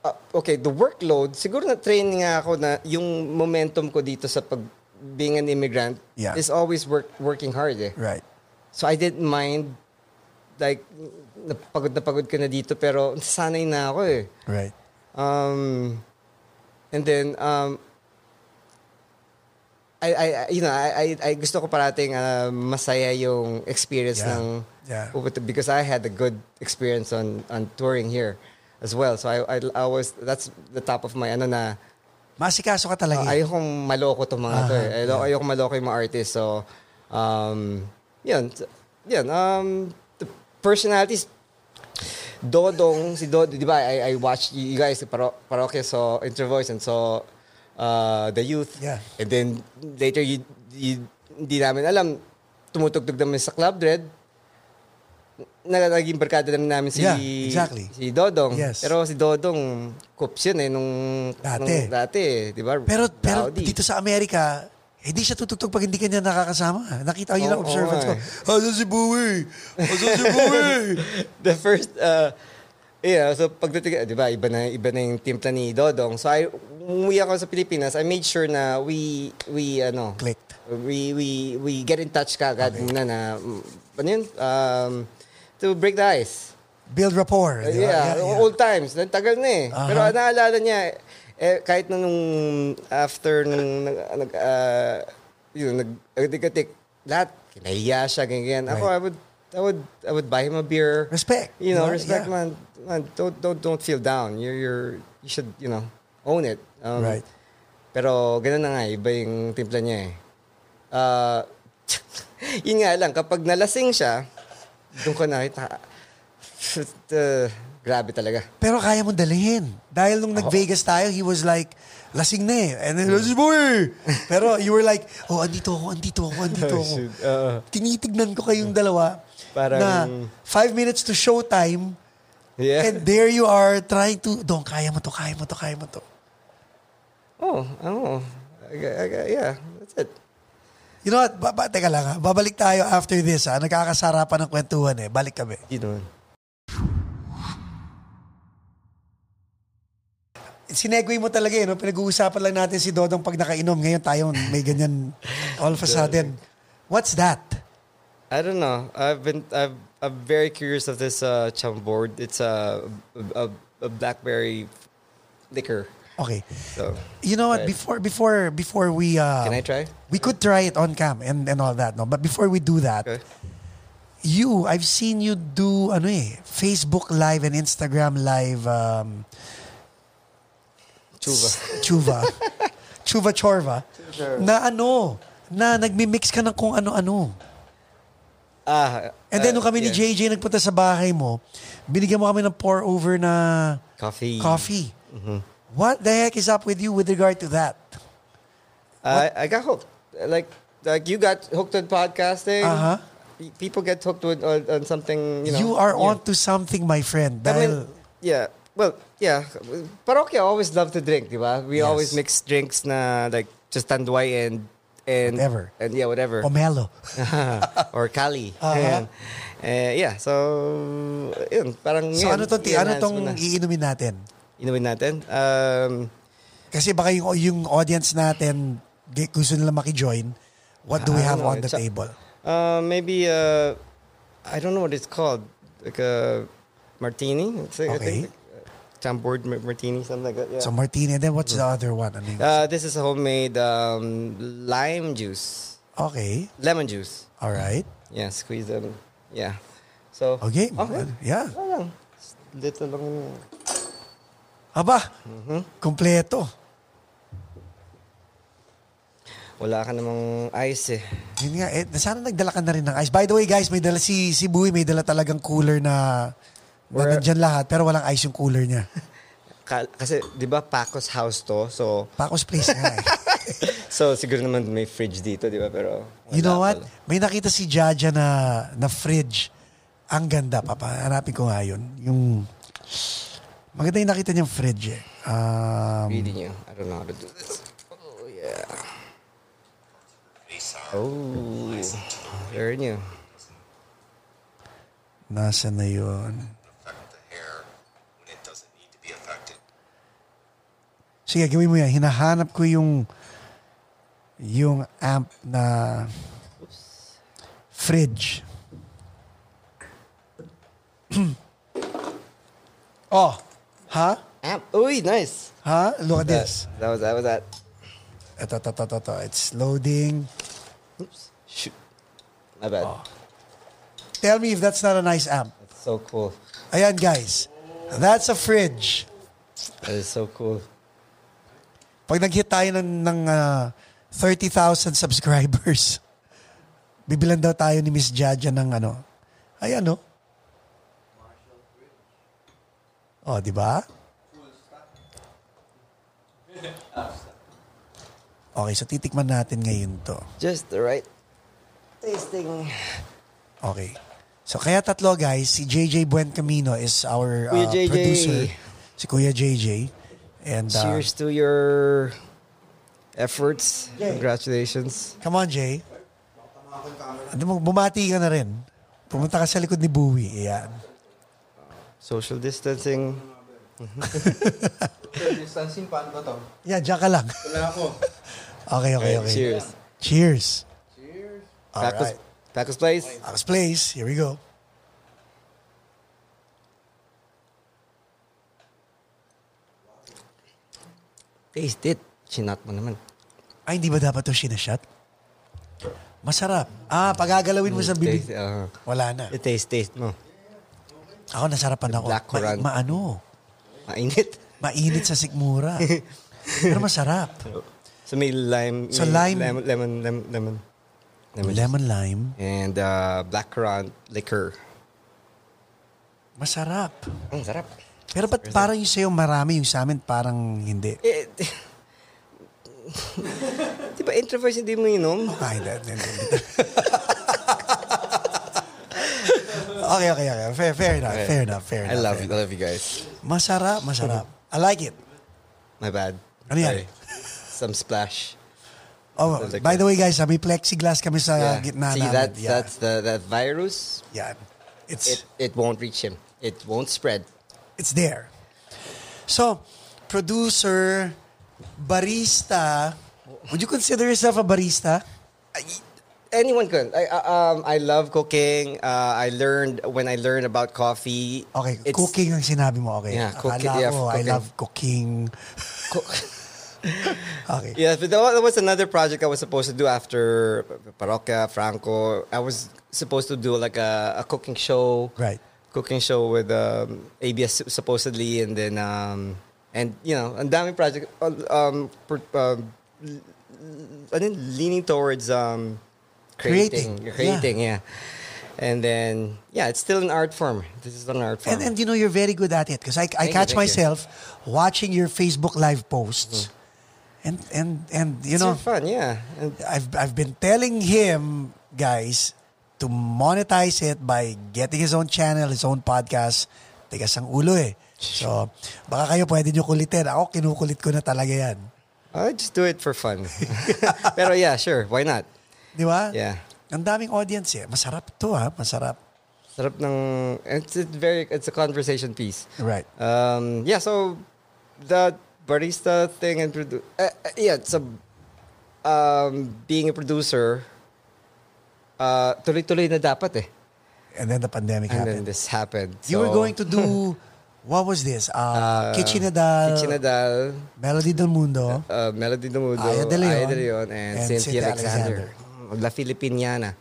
S2: Uh, okay, the workload, siguro na training nga ako na yung momentum ko dito sa pag being an immigrant
S1: Yeah.
S2: is always work, working hard eh.
S1: Right.
S2: So I didn't mind like napagod na pagod ka na dito pero sanay na ako eh.
S1: Right.
S2: Um, and then um, I, I I- you know I I, I gusto ko parating uh, masaya yung experience
S1: Yeah.
S2: ng
S1: Yeah.
S2: pupunta- because I had a good experience on on touring here as well. So I I, I was that's the top of my ano na
S1: Masikaso ka talaga. eh.
S2: ayokong maloko tong mga to eh.
S1: Aha,
S2: Ayoko, ayokong maloko yung mga artist. So, um, yun. T- Yun. Um, the personalities, Dodong, si Dodong, di ba, I, I watched you you guys, sa paro parokya, so Intervoice, and so uh, The Youth.
S1: Yeah.
S2: And then, later, you, you, hindi namin alam, tumutugtog namin sa Club Dread, na naging barkada namin namin si
S1: Yeah, exactly.
S2: si Dodong.
S1: Yes.
S2: Pero si Dodong, coops yun eh, nung,
S1: Dati.
S2: nung dati, eh, di ba?
S1: Pero, pero
S2: Rowdy.
S1: dito sa Amerika, hindi siya tutugtog pag hindi kanya nakakasama. Nakita ko yun
S2: Oo, eh.
S1: ang observance
S2: oo
S1: ko. Asan si Bowie? Asan si Bowie?
S2: the first uh Yeah, so pagdating, di ba, iba na, iba na yung timpla ni Dodong. So I, umuwi ako sa Pilipinas, I made sure na we, we, ano,
S1: Clicked.
S2: we, we, we get in touch kagad muna na, mm, ano yun, um, to break the ice.
S1: Build rapport. di ba? Uh-huh.
S2: yeah, old times. Tagal na eh.
S1: Aha.
S2: Pero naalala niya, eh, kahit na nung after nung nag, nag ah, yun, nag, atik lahat, kinahiya siya, ganyan, ganyan. Ako,
S1: Right.
S2: I would, I would, I would buy him a beer.
S1: Respect,
S2: You know,
S1: no?
S2: respect,
S1: Yeah.
S2: man, man. Don't, don't, don't feel down. You're, you're, you should, you know, own it. Um,
S1: Right.
S2: Pero ganun na nga, eh, iba yung timpla niya eh. Ah, yun nga lang, kapag nalasing siya, doon ko nakita, uh, grabe talaga.
S1: Pero kaya mong dalhin. Dahil nung nag-Vegas tayo, he was like, lasing na eh. And then, "Lasing mo eh." Pero you were like, oh, andito ako, andito ako, andito
S2: Oh,
S1: ako.
S2: shit. Oo.
S1: Tinitignan ko kayong dalawa
S2: Parang-
S1: na five minutes to showtime
S2: Yeah.
S1: and there you are trying to, Dong, kaya mo to, kaya mo to, kaya mo to.
S2: oh, oh. I, gu- I, gu- yeah, that's it.
S1: You know what? Ba- ba- teka lang ha. Babalik tayo after this ha. Nagkakasarapan ng kwentuhan eh. Balik kami.
S2: Yun naman.
S1: Sinegue mo talaga eh. No? Pinag-uusapan lang natin si Dodong pag nakainom. Ngayon tayo may ganyan all of a sudden. What's that?
S2: I don't know. I've been, I've, I'm very curious of this uh, chambord. It's a, a, a blackberry liquor.
S1: Okay.
S2: So,
S1: You know what?
S2: Right.
S1: Before before before we uh,
S2: can I try?
S1: we could try it on cam and and all that no. But before we do that,
S2: Okay.
S1: you I've seen you do ano eh Facebook live and Instagram live um,
S2: Chuva.
S1: chuva chuva chorva na ano na nagmi-mix ka ng kung ano-ano.
S2: Ah,
S1: And then
S2: uh,
S1: nung kami ni
S2: yeah.
S1: JJ nagpunta sa bahay mo, binigyan mo kami ng pour over na
S2: Coffee.
S1: coffee.
S2: Mm-hmm.
S1: What the heck is up with you with regard to that?
S2: I, I got hooked. Like like you got hooked on podcasting.
S1: Uh-huh.
S2: Pe- People get hooked with, on, on something. You
S1: You,
S2: know.
S1: are
S2: yeah.
S1: onto something, my friend.
S2: I mean,
S1: Dahil,
S2: yeah. Well, yeah. Parokya always love to drink, diba? We
S1: Yes.
S2: always mix drinks na like just tanduay and and
S1: Whatever.
S2: and yeah, whatever.
S1: pomelo.
S2: or Kali.
S1: Uh-huh.
S2: Ayan. Eh, yeah. So, yun, parang
S1: So
S2: yun,
S1: ano tong, ti- ano
S2: i-enhance
S1: tong
S2: mo na.
S1: iinumin natin?
S2: Inumin natin. Um,
S1: Kasi baka yung, yung audience natin, g- gusto nila makijoin. What do we
S2: I
S1: have
S2: don't
S1: on the
S2: know. Ah, It's a-
S1: table?
S2: Uh, maybe uh, I don't know what it's called, like a martini. It's like, I
S1: Okay.
S2: think, uh, chambord ma- martini, something like that. Yeah.
S1: So
S2: Mm-hmm.
S1: martini, and then what's the other one? Ano yun?
S2: uh, this is a homemade um, lime juice,
S1: Okay,
S2: lemon juice.
S1: all right.
S2: Yeah, squeeze them. Yeah. So.
S1: Okay,
S2: Okay.
S1: yeah.
S2: Ano lang. Little lang. yun.
S1: Aba, kompleto.
S2: Wala ka namang ice eh.
S1: Yun nga, eh, sana nagdala ka na rin ng ice. By the way, guys, may dala si, si Buy, may dala talagang cooler na, na
S2: Where-
S1: nandyan lahat, pero walang ice yung cooler niya.
S2: Ka- kasi, di ba, Paco's house to. So,
S1: Paco's place nga eh.
S2: so siguro naman may fridge dito, di ba? Pero,
S1: You know
S2: wala
S1: what?
S2: pala.
S1: May nakita si Jaja na, na fridge. Ang ganda, papa. Hanapin ko nga yun. Yung... Maganda yung nakita niyang fridge eh. Um,
S2: Reading you. I don't know how to do this. Oh yeah. Oh, very new.
S1: Nasaan na yun?
S3: affect the hair when it doesn't need to be affected.
S1: Sige, gawin mo yan. Hinahanap ko yung yung amp na fridge. oh, ha?
S2: Amp. Uy, nice.
S1: Ha? Look at
S2: That,
S1: this.
S2: that was that was that.
S1: Ito, ito, ito, ito, ito. It's loading.
S2: Oops. Shoot. My bad.
S1: Oh. Tell me if that's not a nice amp.
S2: That's so cool.
S1: Ayan, guys. That's a fridge.
S2: That is so cool.
S1: Pag nag-hit tayo ng, ng ah, 30,000 subscribers, bibilan daw tayo ni Miss Jaja ng ano. Ayan, no? Oh, di ba? Okay, so titikman natin ngayon to.
S2: Just the right tasting.
S1: Okay. So kaya tatlo guys, si JJ Buen Camino is our
S2: Kuya
S1: ah,
S2: JJ.
S1: producer. Si Kuya JJ. And ah,
S2: Cheers to your efforts. Congratulations.
S1: Come on, Jay. Ano mo, bumati ka na rin. Pumunta ka sa likod ni Bowie. Ayan.
S2: Social distancing.
S4: distancing, paano ba to?
S1: Yeah, diyan ka lang.
S4: Wala ako.
S1: Okay, okay, okay.
S2: Cheers.
S1: Cheers.
S4: Cheers.
S1: All
S2: Tacos,
S1: right.
S2: tacos place.
S1: Tacos place. Here we go.
S2: Taste it. Chinat mo naman.
S1: Ay, hindi ba dapat ito sinashot? Masarap. Ah, pagagalawin mo sa bibig.
S2: Taste, uh,
S1: Wala na.
S2: it taste, taste mo.
S1: Ako, nasarapan ako.
S2: Black
S1: Ma-
S2: Quran.
S1: maano?
S2: Mainit.
S1: Mainit sa sikmura. Pero masarap.
S2: So may lime.
S1: So
S2: may
S1: lime.
S2: Lemon, lemon, lemon, lemon. Lemon.
S1: Lemon lime.
S2: And uh, blackcurrant liquor.
S1: Masarap.
S2: Ang sarap.
S1: Pero ba't parang yung sa'yo marami, yung sa amin parang hindi?
S2: Eh, di ba introverts hindi mo inom?
S1: Ay, hindi, hindi, hindi. okay, okay, okay. Fair, fair enough, fair enough, fair
S2: I
S1: enough.
S2: love
S1: fair
S2: you. I love you guys.
S1: enough. Masarap, masarap. I like it.
S2: My bad.
S1: Ano yan?
S2: Sorry. Some splash.
S1: Oh,
S2: Sounds like
S1: by
S2: it.
S1: the way guys, may plexiglass kami sa
S2: Yeah.
S1: gitna
S2: See,
S1: namin.
S2: that,
S1: yeah.
S2: that's the that virus.
S1: yeah. It's,
S2: It it won't reach him. It won't spread.
S1: it's there. So, producer, barista, would you consider yourself a barista?
S2: Anyone can. I I- um I love cooking. Uh, I learned when I learned about coffee.
S1: Okay,
S2: it's-
S1: cooking ang sinabi mo. Okay.
S2: Yeah,
S1: Akala
S2: cooking, yeah,
S1: ko, I
S2: cooking.
S1: love cooking. Okay.
S2: Yeah, but that wa- that was another project I was supposed to do after Paroca Franco. I was supposed to do like a, a cooking show.
S1: Right.
S2: Cooking show with um, ABS supposedly, and then um, and you know, and daming project. Um, per, um, I think leaning towards um, creating,
S1: Creating, yeah.
S2: creating, yeah. And then yeah, it's still an art form. This is an art form.
S1: And, and you know, you're very good at it because I, I
S2: Oh. Thank you,
S1: catch
S2: thank you.
S1: myself watching your Facebook live posts.
S2: Mm-hmm.
S1: And, and, and, you
S2: it's
S1: know,
S2: really fun, yeah. And
S1: I've, I've been telling him, guys, to monetize it by getting his own channel, his own podcast. Tigas ang ulo eh. So, baka kayo pwede nyo kulitin. Ako, kinukulit ko na talaga yan.
S2: I just do it for fun. Pero yeah, sure, why not?
S1: Di ba?
S2: Yeah.
S1: Ang daming audience eh. Masarap to ha. Masarap.
S2: Sarap ng it's a very it's a conversation piece.
S1: Right.
S2: Um, yeah, so the barista thing and produ- uh, uh, yeah, so um, being a producer uh, tuloy-tuloy na dapat eh.
S1: And then the pandemic
S2: And then
S1: happened.
S2: this happened.
S1: you were
S2: So,
S1: going to do, what was this? Uh,
S2: uh,
S1: Kitchinadal,
S2: Kitchinadal,
S1: Melody del Mundo.
S2: uh, Melody Dumudo,
S1: Aya de Leon,
S2: Aya de Leon, and,
S1: and
S2: Cynthia,
S1: Cynthia
S2: Alexander. La Filipiniana.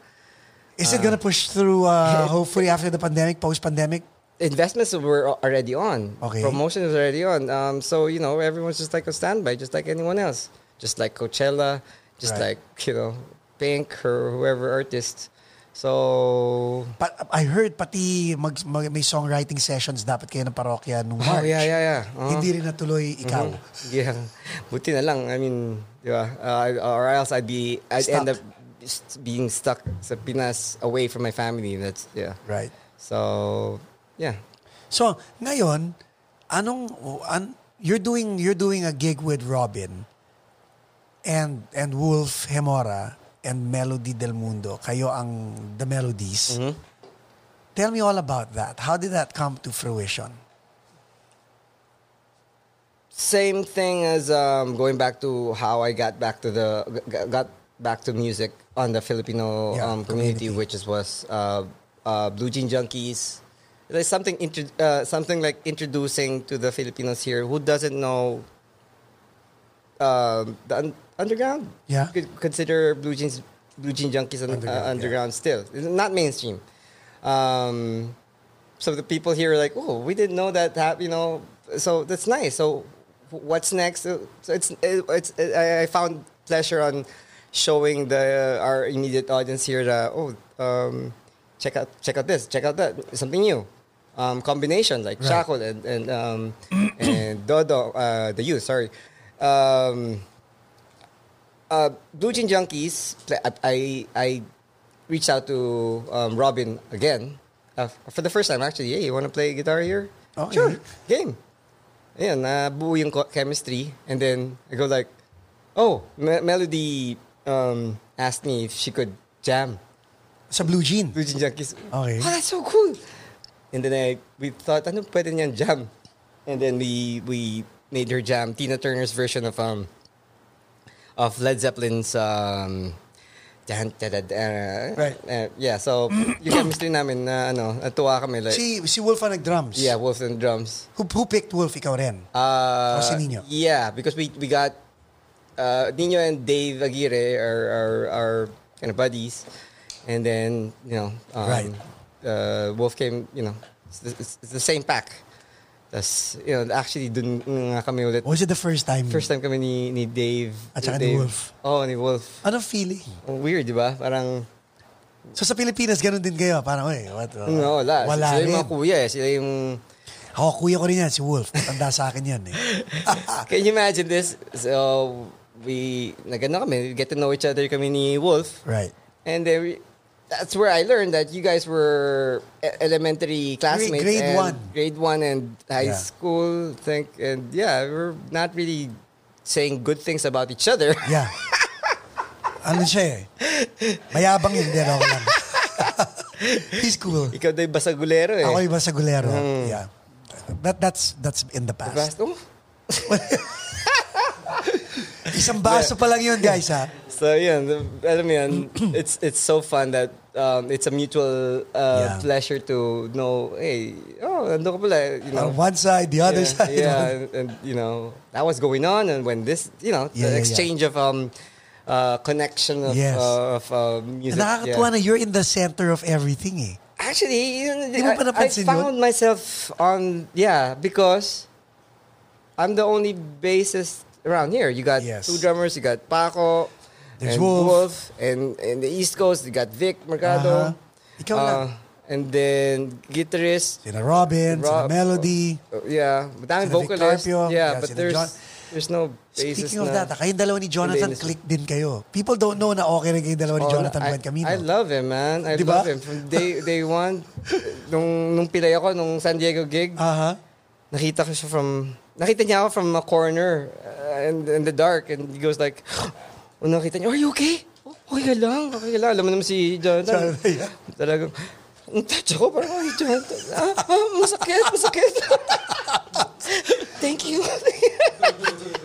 S1: Is it gonna push through, uh, hopefully, after the pandemic, post-pandemic?
S2: investments were al- already on.
S1: Okay.
S2: Promotion was already on. Um, so you know, everyone's just like a standby, just like anyone else, just like Coachella, just
S1: Right.
S2: like you know, Pink or whoever artist. So
S1: Pa- I heard pati mag, mag, may songwriting sessions dapat kayo ng parokya nung
S2: oh
S1: March.
S2: yeah, yeah, Mm-hmm. yeah. Uh-huh.
S1: Hindi rin natuloy ikaw.
S2: Yeah. Buti na lang. I mean, di ba? Uh, or else I'd be, I'd
S1: Stuck.
S2: end up just being stuck sa Pinas away from my family. That's yeah.
S1: Right.
S2: So yeah.
S1: So, ngayon, anong an, you're doing you're doing a gig with Robin and and Wolf Hemora and Melody Del Mundo. Kayo ang The Melodies.
S2: Mm-hmm.
S1: Tell me all about that. How did that come to fruition?
S2: same thing as um, going back to how I got back to the g- g- got back to music on the Filipino
S1: Yeah,
S2: um,
S1: community.
S2: community, which is was uh, uh, Blue Jean Junkies. There's something intro- uh, something like introducing to the Filipinos here who doesn't know um, the un- underground.
S1: Yeah.
S2: You could consider Blue Jeans, Blue Jean Junkies an,
S1: Underground,
S2: underground,
S1: yeah.
S2: underground still, not mainstream. Um, so the people here are like, oh, we didn't know that, hap- you know. So that's nice. So wh- what's next? Uh, So it's it's I I found pleasure on showing the uh, our immediate audience here that oh, um, check out check out this, check out that, something new. Um, combination like
S1: Right.
S2: Shackle and and um, and Dodo, uh, the youth. Sorry. Um, uh, Blue Jean Junkies, pla- I, I I reached out to um, Robin again uh, for the first time actually. Hey, you want to play guitar here?
S1: Okay.
S2: Sure, game. Ayan, nabuo yung co- chemistry. And then I go like, oh, Me- Melody um, asked me if she could jam
S1: Sa Blue Jean.
S2: Blue Jean Junkies.
S1: Okay.
S2: Oh, that's so Ah, cool. And then I, we thought, ano pwede niyan jam? And then we we made her jam Tina Turner's version of um of Led Zeppelin's um dan, da, da, da,
S1: Right.
S2: uh, yeah, so yung chemistry namin na ano, natuwa kami like
S1: Si, si Wolf ang nag-drums.
S2: yeah, Wolf and Drums.
S1: Who, who picked Wolf? Ikaw rin.
S2: Uh,
S1: O si Nino?
S2: Yeah, because we we got uh, Nino and Dave Aguirre are are, are kind of buddies, and then you know, um,
S1: Right.
S2: Uh, Wolf came. You know, it's the, it's it's the same pack. That's you know actually dun nga kami ulit.
S1: Was it the first time?
S2: First time kami ni, ni Dave.
S1: Oh. At saka ni
S2: Dave.
S1: Wolf.
S2: Oh, ni Wolf.
S1: Ano feeling?
S2: Ang Weird, di ba? Parang,
S1: So sa Pilipinas, ganun din kayo. Parang, uy, what? uh,
S2: no, Mm, wala.
S1: Wala
S2: sila
S1: rin.
S2: yung mga kuya eh. Sila yung,
S1: Ako, kuya ko rin yan, si Wolf. Matanda sa akin yan eh.
S2: can you imagine this? So, we, nagano kami, we get to know each other kami ni Wolf.
S1: right.
S2: And then we, that's where I learned that you guys were e- elementary classmates.
S1: grade
S2: and
S1: one.
S2: Grade one and high
S1: Yeah.
S2: school, think. And yeah, we're not really saying good things about each other.
S1: Yeah. ano siya eh? Mayabang yun, din ako lang. He's cool.
S2: Ikaw daw yung basagulero eh.
S1: Ako iba sa gulero.
S2: Mm.
S1: Yeah. But that's that's in the past.
S2: Bas- oh.
S1: Isang baso pa lang yun, guys, ha?
S2: So yun, alam mo yun, it's, it's so fun that um, it's a mutual
S1: Yeah.
S2: uh, pleasure to know, hey, oh, nandun ka pala, you know.
S1: On one side, the other
S2: yeah,
S1: side.
S2: yeah, and, and, you know that was going on, and when this, you know,
S1: Yeah, yeah,
S2: the
S1: yeah.
S2: exchange of um, uh, connection of
S1: Yes.
S2: uh, of uh, music.
S1: Nakakatuwa
S2: yeah.
S1: na you're in the center of everything, eh.
S2: Actually, yun,
S1: Di mo pa
S2: I, I
S1: napansin yun?
S2: found myself on yeah because I'm the only bassist around here. You got
S1: Yes.
S2: two drummers. You got Paco.
S1: There's
S2: and
S1: Wolf.
S2: and and the East Coast. You got Vic
S1: Uh-huh.
S2: Mercado. uh, Ah.
S1: Ikaw lang.
S2: And then guitarist.
S1: Sina Robin, sina
S2: Rob-
S1: Melody.
S2: Uh, yeah, madaming
S1: Sina Vic
S2: vocalist.
S1: Carpio,
S2: Yeah,
S1: yeah,
S2: but
S1: sina
S2: there's
S1: John.
S2: there's no basis
S1: Speaking of
S2: na.
S1: that, ah, kayong dalawa ni Jonathan,
S2: industry.
S1: click din kayo. People don't know na okay rin kayong dalawa ni
S2: Oh,
S1: Jonathan Diba?
S2: I-
S1: Buencamino.
S2: I love him, man. I
S1: Di ba?
S2: love him. From day, day one, nung, nung pilay ako, nung San Diego gig,
S1: Aha.
S2: nakita ko siya from, nakita niya ako from a corner uh, in, in the dark. And he goes like, oh, nakita niya, are you okay? "Oh, Okay ka lang, okay ka lang. Alam mo naman si Jonathan.
S1: Jonathan, yeah.
S2: Talagang, ang touch ako, parang, oh, Jonathan, ah, ah, masakit, masakit. Thank you.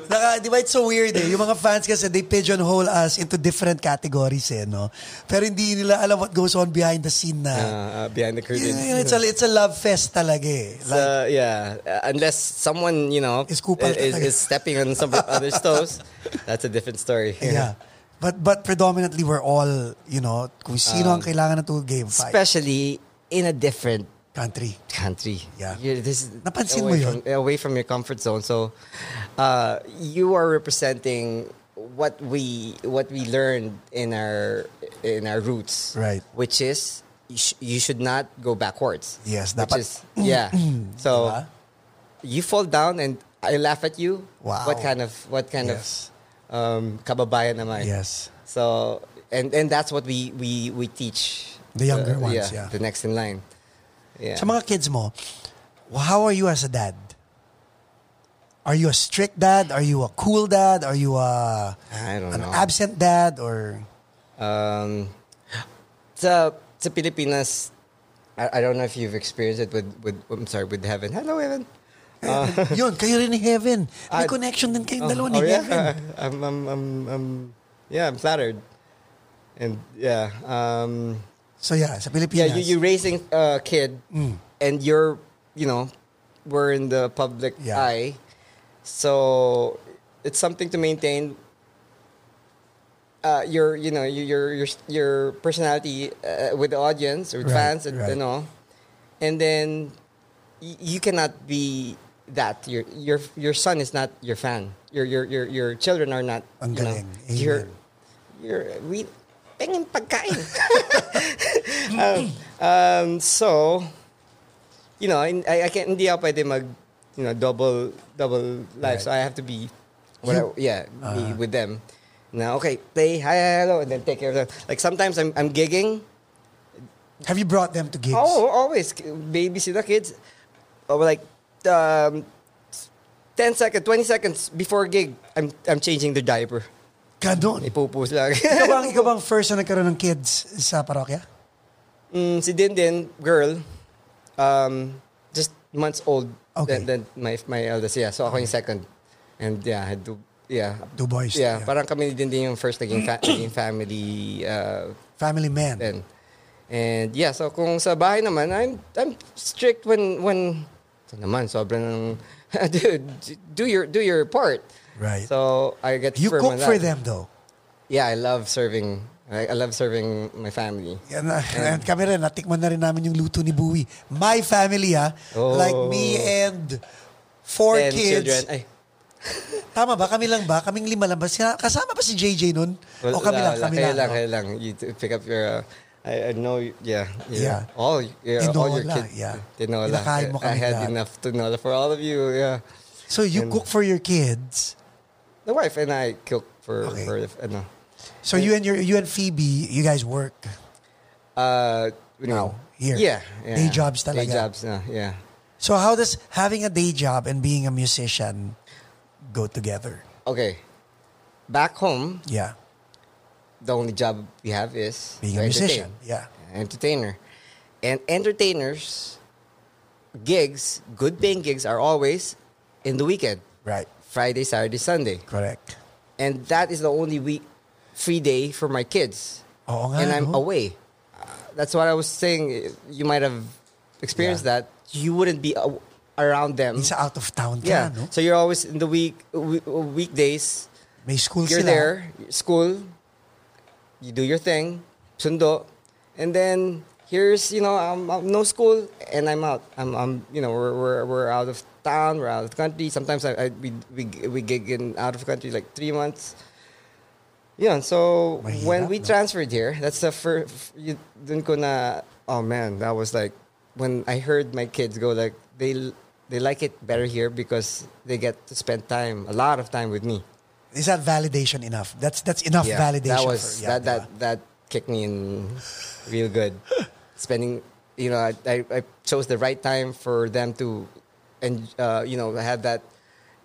S1: Naka, di ba it's so weird eh? Yung mga fans kasi they pigeonhole us into different categories eh, no? Pero hindi nila alam what goes on behind the scene na.
S2: Ah, ah, behind the curtain.
S1: Yun- yun, it's, a, it's a love fest talaga eh.
S2: So, yeah, uh, unless someone you know
S1: Is kupal
S2: is,
S1: talaga.
S2: is stepping on some other's toes, that's a different story.
S1: Yeah. But but predominantly we're all, you know, kung
S2: Ah.
S1: sino ang kailangan ng two game fight.
S2: especially in a different
S1: country.
S2: country.
S1: Yeah.
S2: You're- this is
S1: Napansin
S2: away
S1: mo
S2: from, away from your comfort zone. So, uh, you are representing what we what we learned in our in our roots,
S1: Right.
S2: Which is you, sh- you should not go backwards.
S1: Yes,
S2: which
S1: dapat-
S2: is yeah. so
S1: Diba?
S2: you fall down and I laugh at you.
S1: Wow.
S2: What kind of what kind
S1: Yes.
S2: of um, kababayan am I?
S1: Yes.
S2: So and and that's what we we we teach uh,
S1: The younger ones, yeah.
S2: the next in line. Yeah.
S1: Sa mga kids mo, how are you as a dad? Are you a strict dad? Are you a cool dad? Are you a
S2: I don't
S1: an
S2: know.
S1: absent dad or
S2: um, sa sa Pilipinas, I, I don't know if you've experienced it with with I'm sorry with heaven. Hello heaven.
S1: yun, kayo rin ni Heaven. May
S2: Ah,
S1: connection din kayong dalawa ni
S2: Oh, yeah.
S1: Heaven.
S2: I'm, I'm I'm I'm yeah I'm flattered, and yeah um.
S1: So yeah, sa
S2: Yeah,
S1: Pilipinas.
S2: you, you're raising a kid,
S1: Mm.
S2: and you're, you know, we're in the public
S1: Yeah.
S2: eye, so it's something to maintain. Uh, your, you know, your your your, your personality uh, with the audience or with
S1: Right,
S2: fans, and,
S1: right.
S2: and all, and then y- you cannot be that. Your your your son is not your fan. Your your your your children are not.
S1: Ang
S2: you know,
S1: galing.
S2: your
S1: Amen.
S2: your we pengen pagkain. um, um, so you know, in- I, I can't hindi ako pwede mag you know double double life. So I have to be what I- yeah, be
S1: Uh-huh.
S2: with them. Now, okay, play hi, hi, hello and then take care of them. Like sometimes I'm I'm gigging.
S1: Have you brought them to gigs?
S2: Oh, always babysit the kids. Oh, like um, 10 seconds, 20 seconds before gig, I'm I'm changing the diaper.
S1: Ganon.
S2: Ipupus
S1: Eh,
S2: lang.
S1: Ikaw bang, ikaw bang first na nagkaroon ng kids sa parokya?
S2: Mm, si Din Din, girl. um, just months old
S1: Okay.
S2: than, than my my eldest. Yeah, so ako yung second. And yeah, I do, yeah.
S1: Two boys,
S2: Yeah,
S1: yeah.
S2: parang kami din din yung first naging, fa- naging family uh,
S1: Family man.
S2: then. And yeah, so kung sa bahay naman, I'm I'm strict when when so naman sobra ng dude, do your do your part.
S1: Right.
S2: So I get
S1: you
S2: firm
S1: cook
S2: on
S1: for
S2: that.
S1: them though.
S2: Yeah, I love serving. I, I love serving my family.
S1: Yan, na- and kami rin, natikman na rin namin yung luto ni Bowie. My family, ha?
S2: Oh.
S1: Like me and four
S2: and
S1: kids.
S2: children. Ay,
S1: Tama ba? Kami lang ba? Kaming lima lang ba? Sina- Kasama ba si JJ nun? o kami lang, kami
S2: kayo
S1: lang.
S2: lang, kayo lang. You t- pick up your. Uh, I, I know, you- yeah, yeah.
S1: Yeah.
S2: All, yeah, all your
S1: Tinola,
S2: kids.
S1: yeah.
S2: Tinola.
S1: Kinakain mo
S2: I
S1: kami
S2: had
S1: lahat.
S2: enough tinola for all of you, yeah.
S1: So you
S2: And-
S1: cook for your kids.
S2: The wife and I cook for,
S1: Okay.
S2: for ano.
S1: So you and your you and Phoebe, you guys work.
S2: Uh, you know,
S1: here.
S2: Yeah, yeah.
S1: Day jobs
S2: Day
S1: talaga.
S2: jobs na, yeah.
S1: So how does having a day job and being a musician go together?
S2: Okay. Back home,
S1: Yeah,
S2: the only job we have is
S1: being
S2: to
S1: a
S2: entertain.
S1: musician. Yeah.
S2: entertainer. And entertainers, gigs, good paying gigs are always in the weekend
S1: Right.
S2: Friday, Saturday, Sunday.
S1: Correct.
S2: And that is the only week, free day for my kids.
S1: Oo nga,
S2: and I'm
S1: no?
S2: away. Uh, that's what I was saying. You might have experienced that. You wouldn't be a- around them.
S1: Isa out of town ka,
S2: yeah.
S1: no?
S2: So you're always in the week, we- weekdays,
S1: May school
S2: you're
S1: sila.
S2: there, school, you do your thing, sundo, and then here's you know I'm, I'm no school and I'm out. I'm, I'm you know we're, we're we're out of town, we're out of country. Sometimes I, I we we we gig in out of country like three months. Yeah, so
S1: Mahirap,
S2: when we
S1: no?
S2: transferred here, that's the first. You, dun ko na, oh man, that was like when I heard my kids go like they they like it better here because they get to spend time a lot of time with me.
S1: Is that validation enough? That's that's enough
S2: Yeah,
S1: validation.
S2: That was
S1: for, yeah,
S2: that
S1: diba?
S2: that that kicked me in real good. Spending, you know, I, I, I chose the right time for them to, and uh, you know, have that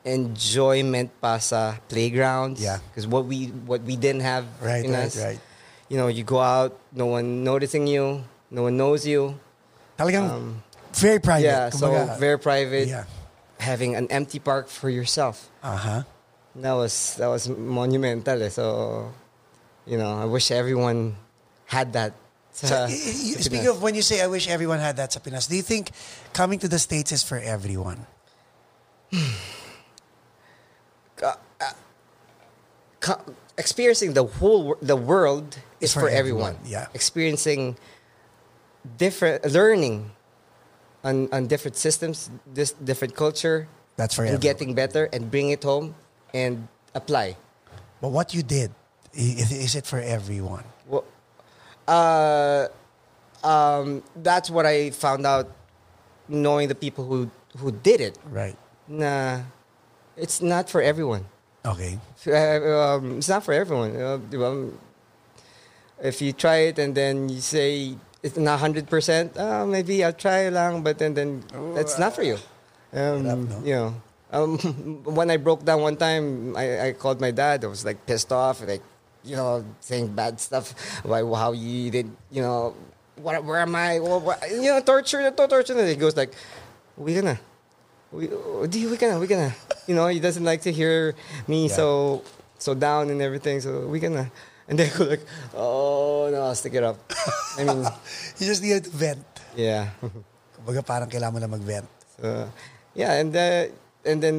S2: enjoyment pa sa playgrounds.
S1: Yeah.
S2: because what we what we didn't have
S1: Right,
S2: in
S1: right,
S2: us,
S1: right.
S2: You know, you go out, no one noticing you, no one knows you.
S1: Talagang very private.
S2: Um, yeah, so
S1: kumbaga.
S2: very private.
S1: Yeah.
S2: Having an empty park for yourself.
S1: Uh-huh.
S2: That was that was monumental. Eh. So, you know, I wish everyone had that. uh,
S1: So, y- y-
S2: sa- sa Pinas.
S1: speaking of when you say I wish everyone had that sa Pinas, do you think coming to the States is for everyone?
S2: Co- experiencing the whole wor- the world is for,
S1: For
S2: everyone.
S1: everyone, yeah.
S2: experiencing different learning on on different systems, this different culture,
S1: That's for
S2: and
S1: everyone.
S2: getting better and bring it home and apply.
S1: But what you did, i- is, is it for everyone?
S2: Well, uh, um, that's what I found out knowing the people who who did it.
S1: Right.
S2: Nah, it's not for everyone.
S1: Okay.
S2: Uh, um, it's not for everyone. Uh, di ba? If you try it and then you say it's not hundred percent, ah, maybe I'll try lang, but then then that's not for you. Um,
S1: Hirap, no?
S2: You know. Um, when I broke down one time, I, I called my dad. I was like pissed off, like you know, saying bad stuff. Why? How you did? You know, what? Where am I? Wha- wha- you know, torture, to- torture. And he goes like, "We gonna, we, oh, di- we gonna, we gonna." You know, he doesn't like to hear me
S1: Yeah.
S2: so so down and everything. So we gonna. And they go like, "Oh no, I'll stick it up." I mean,
S1: You just needed to vent.
S2: yeah.
S1: Kumbaga parang kailangan mo na mag-vent.
S2: Uh, yeah, and uh, and then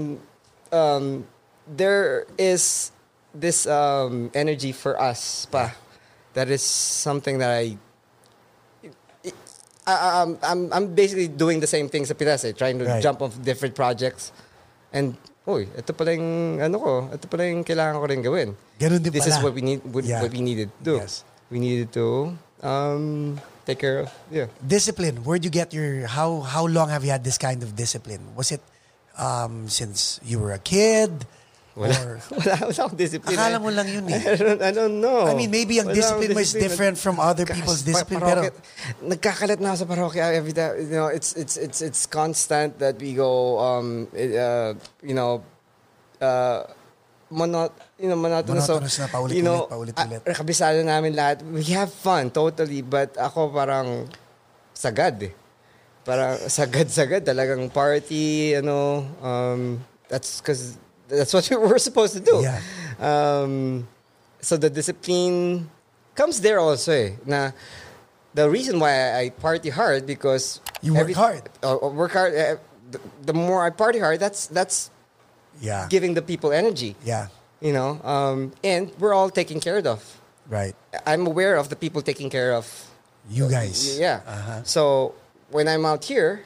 S2: um, there is this um, energy for us, pa. That is something that I. I, am I'm, I'm basically doing the same things sa Pinas, eh, trying to
S1: Right.
S2: jump off different projects. And, uy, ito pala yung, ano ko, ito pala yung kailangan ko rin gawin.
S1: Ganun din
S2: This
S1: pala.
S2: is what we need, what,
S1: Yeah.
S2: what we needed to do.
S1: Yes.
S2: We needed to um, take care of, yeah.
S1: Discipline. Where'd you get your, how, how long have you had this kind of discipline? Was it um, since you were a kid?
S2: Wala,
S1: Or,
S2: wala, wala akong discipline.
S1: Akala mo lang yun eh.
S2: I don't, I don't know.
S1: I mean, maybe ang
S2: Oh. Wala
S1: discipline
S2: akong
S1: mo is
S2: discipline.
S1: different from other
S2: Gosh,
S1: people's
S2: pa-
S1: discipline,
S2: parokya-
S1: pero-
S2: Nagkakalat na ako sa parokya every time. You know, it's, it's, it's, it's constant that we go, um, it, uh, you know, uh, monot, you know, monotonous.
S1: Monotonous na, paulit-ulit, paulit-ulit.
S2: ah, kabisado namin lahat. We have fun, totally. But ako parang sagad eh. parang sagad-sagad talagang party, ano, um, that's because that's what we were supposed to do.
S1: Yeah.
S2: Um, so the discipline comes there also eh, na the reason why I party hard because
S1: You work hard.
S2: Uh, uh, work hard. Uh, the, the more I party hard, that's that's
S1: Yeah.
S2: giving the people energy.
S1: Yeah.
S2: You know, um, and we're all taken care of.
S1: Right.
S2: I'm aware of the people taking care of.
S1: You guys. Uh-huh.
S2: Yeah. So when I'm out here,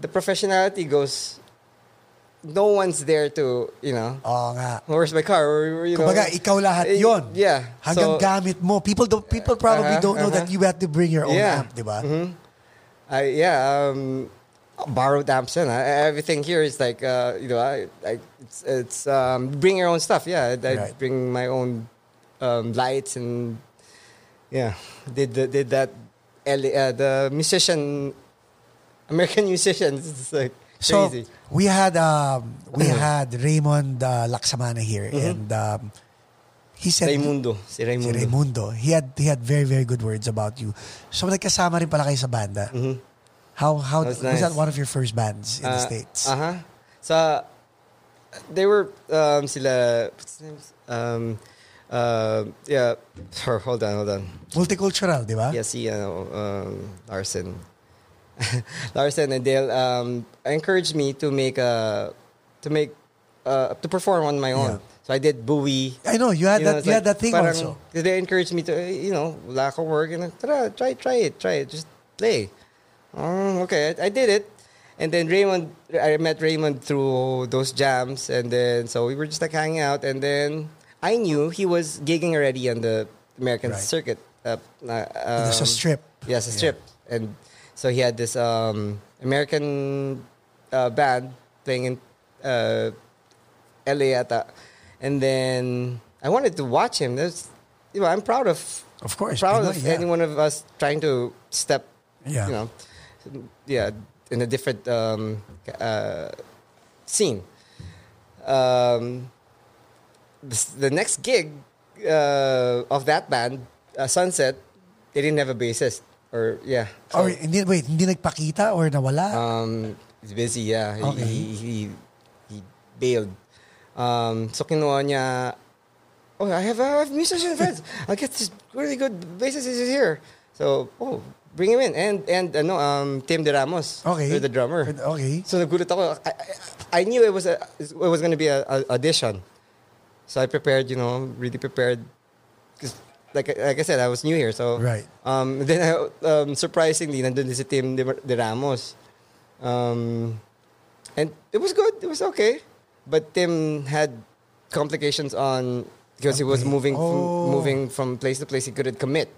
S2: the professionality goes. No one's there to you know. "Oh,
S1: Oo nga.
S2: Where's my car? Or, you know,
S1: Kumbaga, ikaw lahat
S2: Eh,
S1: yon.
S2: Yeah.
S1: Hanggang
S2: So,
S1: gamit mo. People don't, people probably
S2: Uh-huh,
S1: don't know that
S2: uh-huh.
S1: you have to bring your own
S2: Yeah.
S1: amp,
S2: Mm-hmm.
S1: di ba?
S2: I yeah, um, borrowed amps and everything here is like uh, you know, I, I it's, it's um, bring your own stuff. Yeah, I, I
S1: Right.
S2: bring my own um, lights and yeah, did the, did that L- uh, the musician American musicians it's like
S1: So,
S2: crazy. Mm-hmm.
S1: we had, um, we had Raymond uh, Laksamana here and um, he said,
S2: Raimundo, si
S1: si
S2: Raimundo.
S1: Raimundo, he had, he had very, very good words about you. So, nagkasama rin pala kayo sa banda. How, how,
S2: That was
S1: was that
S2: Mm-hmm. nice.
S1: one of your first bands in the States?
S2: Uh huh. So they were um, sila. What's the name? Um, uh, yeah. Sorry, hold on, hold on.
S1: Multicultural, di ba?
S2: Yeah, si ano, um, Larson. Larson and Dale um, encouraged me to make a to make uh, to perform on my own.
S1: Yeah.
S2: So I did Bowie.
S1: I know, you had
S2: You know,
S1: that,
S2: it's
S1: you had
S2: like
S1: that thing
S2: parang
S1: also.
S2: They encouraged me to, eh, you know, lack of work. And I, Tara, try, try it, try it. Just play. Um, okay, I, I did it. And then Raymond, I met Raymond through those jams. And then, so we were just like hanging out. And then I knew he was gigging already on the American
S1: Right.
S2: circuit. Uh, uh,
S1: It was a
S2: um,
S1: strip.
S2: Yes, a strip. And so he had this um, American uh, band playing in uh, LA ata. And then I wanted to watch him. There's, you know, I'm proud of
S1: Of course,
S2: proud
S1: Pinoy,
S2: of
S1: yeah.
S2: any one of us trying to step,
S1: Yeah.
S2: you know, yeah, in a different um, uh, scene. Um, this- the next gig uh, of that band, uh, Sunset, they didn't have a bassist. Or yeah,
S1: Or, hindi, wait, hindi nagpakita or nawala?
S2: um, he's busy, yeah. He,
S1: Okay.
S2: he, he, he bailed. Um, so kinuha niya, oh, I have, I have musician friends. I get this really good bassist is here. So, oh, bring him in. And, and ano, um, Tim De Ramos.
S1: okay.
S2: The drummer.
S1: Okay.
S2: So nagulat ako. I, I, I knew it was a, it was gonna be a, a audition. So I prepared, you know, really prepared. 'Cause like like I said, I was new here, so
S1: Right.
S2: Um, then I, um, surprisingly, nandun din si Tim de, de Ramos, um, and it was good. It was okay, but Tim had complications on because he was
S1: Okay.
S2: moving
S1: Oh.
S2: from, moving from place to place. He couldn't commit.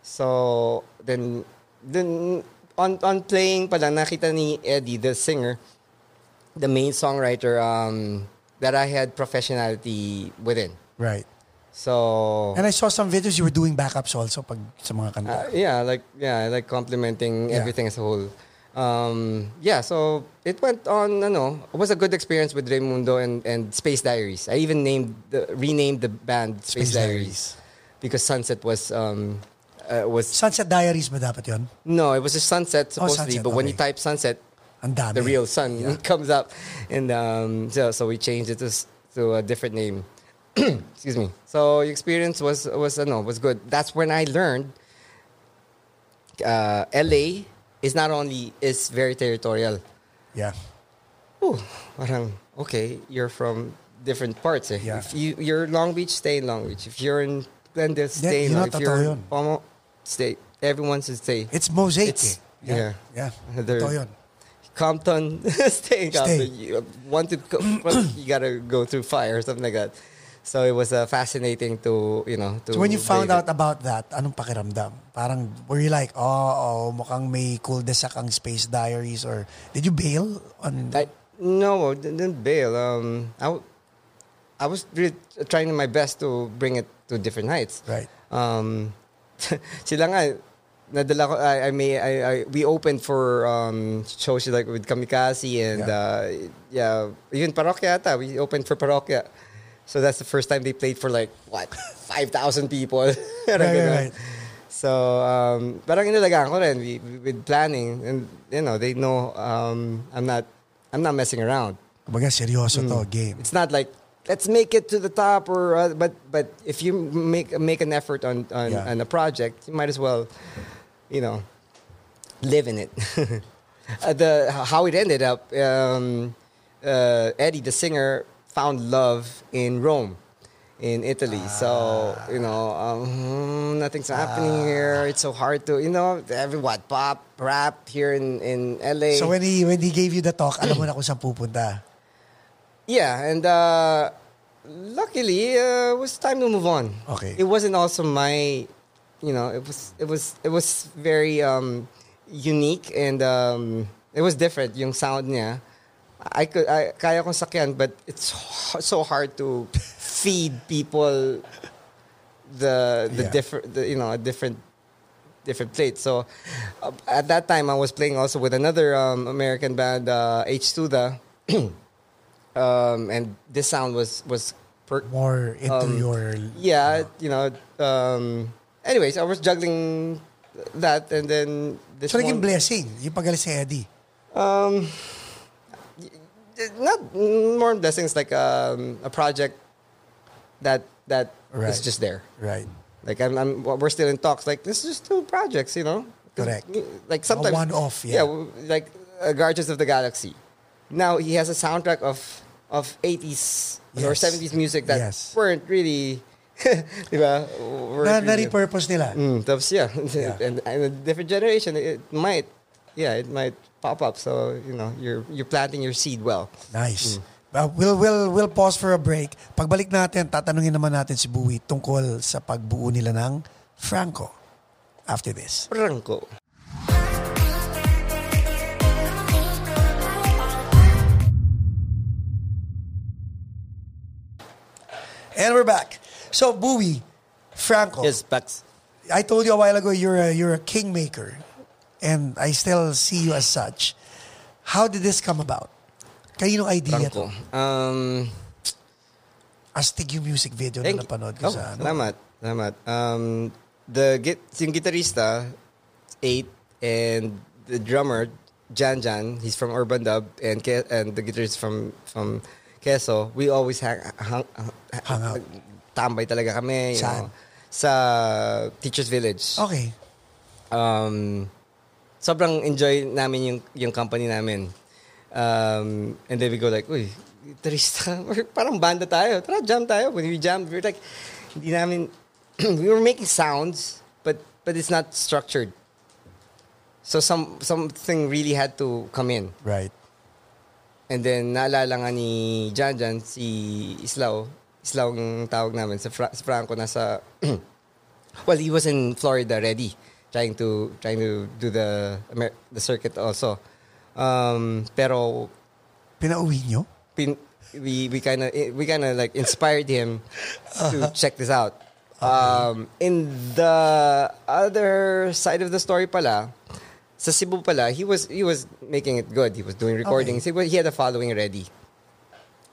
S2: So then then on on playing pala nakita ni Eddie the singer the main songwriter um that I had professionality within.
S1: Right.
S2: So
S1: And I saw some videos you were doing backups also pag sa mga kanta.
S2: uh, yeah, like yeah, like complimenting
S1: Yeah.
S2: everything as a whole. Um, yeah, so it went on. Ano, it was a good experience with Raimundo and, and Space Diaries. I even named the, renamed the band Space,
S1: Space
S2: Diaries. because Sunset was um uh, was
S1: Sunset Diaries ba dapat yon?
S2: no, it was just Sunset supposedly.
S1: Oh, Sunset,
S2: but when you
S1: okay.
S2: type Sunset,
S1: Ang dami.
S2: the real sun
S1: Yeah.
S2: comes up, and um, so, so we changed it to, s- to a different name. Excuse me. So the experience was was uh, no was good. That's when I learned. Uh, LA is not only is very territorial.
S1: Yeah.
S2: Oh, parang okay, you're from different parts. Eh.
S1: Yeah.
S2: If you you're Long Beach, stay in Long Beach. If you're in Glendale,
S1: you
S2: stay in.
S1: know,
S2: Long- If
S1: totoo
S2: you're
S1: yun.
S2: in Pomo, stay. Everyone should stay.
S1: It's mosaic
S2: It's-
S1: eh. Yeah. Yeah.
S2: yeah. They're-
S1: Totoo yun.
S2: Compton, stay in Compton.
S1: Stay.
S2: You want to go, you gotta go through fire or something like that. So it was uh, fascinating to you know. To
S1: So when you found
S2: live
S1: out
S2: it.
S1: about that, anong pakiramdam? Parang, were you like, oh, oh mukhang may cool desak ang Space Diaries or did you bail on...
S2: I, no, I didn't bail. Um, I, w- I was really trying my best to bring it to different heights.
S1: Right.
S2: Um, sila nga, nadala ko, I, I may, I, I, we opened for um, shows like with Kamikaze and
S1: Yeah.
S2: uh, yeah, even Parokya ata, we opened for Parokya. So that's the first time they played for like, what, 5,000 people.
S1: Right, right,
S2: Parang ganun.
S1: right.
S2: So, um, parang inalagaan ko rin wi- wi- with planning. And, you know, they know um, I'm not I'm not messing around.
S1: Kumbaga, seryoso to, game.
S2: Hmm. It's not like, let's make it to the top or, uh, but, but if you make, make an effort on, on,
S1: Yeah.
S2: on a project, you might as well, you know, live in it. Uh, the, how it ended up, um, uh, Eddie, the singer, found love in Rome. In Italy, so you know, um, hmm, nothing's
S1: Ah.
S2: happening here. It's so hard to, you know, every what pop, rap here in in LA.
S1: So when he, when he gave you the talk, alam mo na kung saan pupunta.
S2: Yeah, and uh, luckily uh, it was time to move on.
S1: Okay.
S2: It wasn't also my, you know, it was it was it was very um, unique and um, it was different. Yung sound niya, I could I kaya kong sakyan, but it's h- so hard to feed people the the
S1: Yeah.
S2: different the, you know a different different plate. So uh, at that time I was playing also with another um, American band uh, H Suda. um, and this sound was was per-
S1: More into
S2: Um,
S1: your...
S2: yeah you know um, anyways I was juggling that and then this
S1: So naging
S2: one-
S1: blessing, yung pagalis ni Eddie.
S2: um, Uh, not more blessings like um, a project that that is
S1: Right.
S2: just there.
S1: Right.
S2: Like I'm, I'm, we're still in talks. Like this is two projects, you know. 'Cause,
S1: Correct.
S2: Like sometimes
S1: one-off, yeah.
S2: w- like uh, Guardians of the Galaxy. Now he has a soundtrack of of 80s or
S1: Yes.
S2: 70s music that
S1: Yes.
S2: weren't really, di ba? Weren't
S1: Na,
S2: really-
S1: na-repurpose nila.
S2: Mm, tapos, yeah.
S1: Yeah.
S2: and, and a different generation, it might, yeah, it might pop up. So, you know, you're, you're planting your seed well. Mm.
S1: Nice. Uh, we'll, we'll, we'll pause for a break. Pagbalik natin, tatanungin naman natin si Buwi tungkol sa pagbuo nila ng Franco after this.
S2: Franco.
S1: And we're back. So, Buwi, Franco,
S2: Yes, Pax.
S1: I told you a while ago you're a, you're a kingmaker and I still see you as such. How did this come about? Kaninong idea
S2: Franco.
S1: to?
S2: Um,
S1: Astig yung music video
S2: thank
S1: na
S2: you.
S1: napanood ko
S2: Oh,
S1: sa ano.
S2: salamat. Salamat. Um, the git, yung gitarista, eight, and the drummer, Jan Jan, he's from Urban Dub, and Ke- and the guitarist from from Queso, we always hang, hang,
S1: Hang out.
S2: tambay talaga kami. you
S1: Saan?
S2: know, sa Teachers Village.
S1: Okay.
S2: um, sobrang enjoy namin yung, yung company namin. Um, and then we go like, uy, guitarista, we're parang banda tayo. Tara, jam tayo. When we jam, we're like, hindi namin, we were making sounds, but but it's not structured. So some something really had to come in.
S1: Right.
S2: And then naalala nga ni Jan Jan, si Islaw. Islaw ang tawag namin. Sa, Fra- sa Franco, nasa... well, he was in Florida already. Trying to trying to do the Amer- the circuit also. Um, pero
S1: Pinauwi nyo?
S2: pin, we we kind of we kind of like inspired him to check this out. Um, in the other side of the story, pala sa Cebu pala, he was he was making it good. He was doing recordings. He, wa- he had a following already.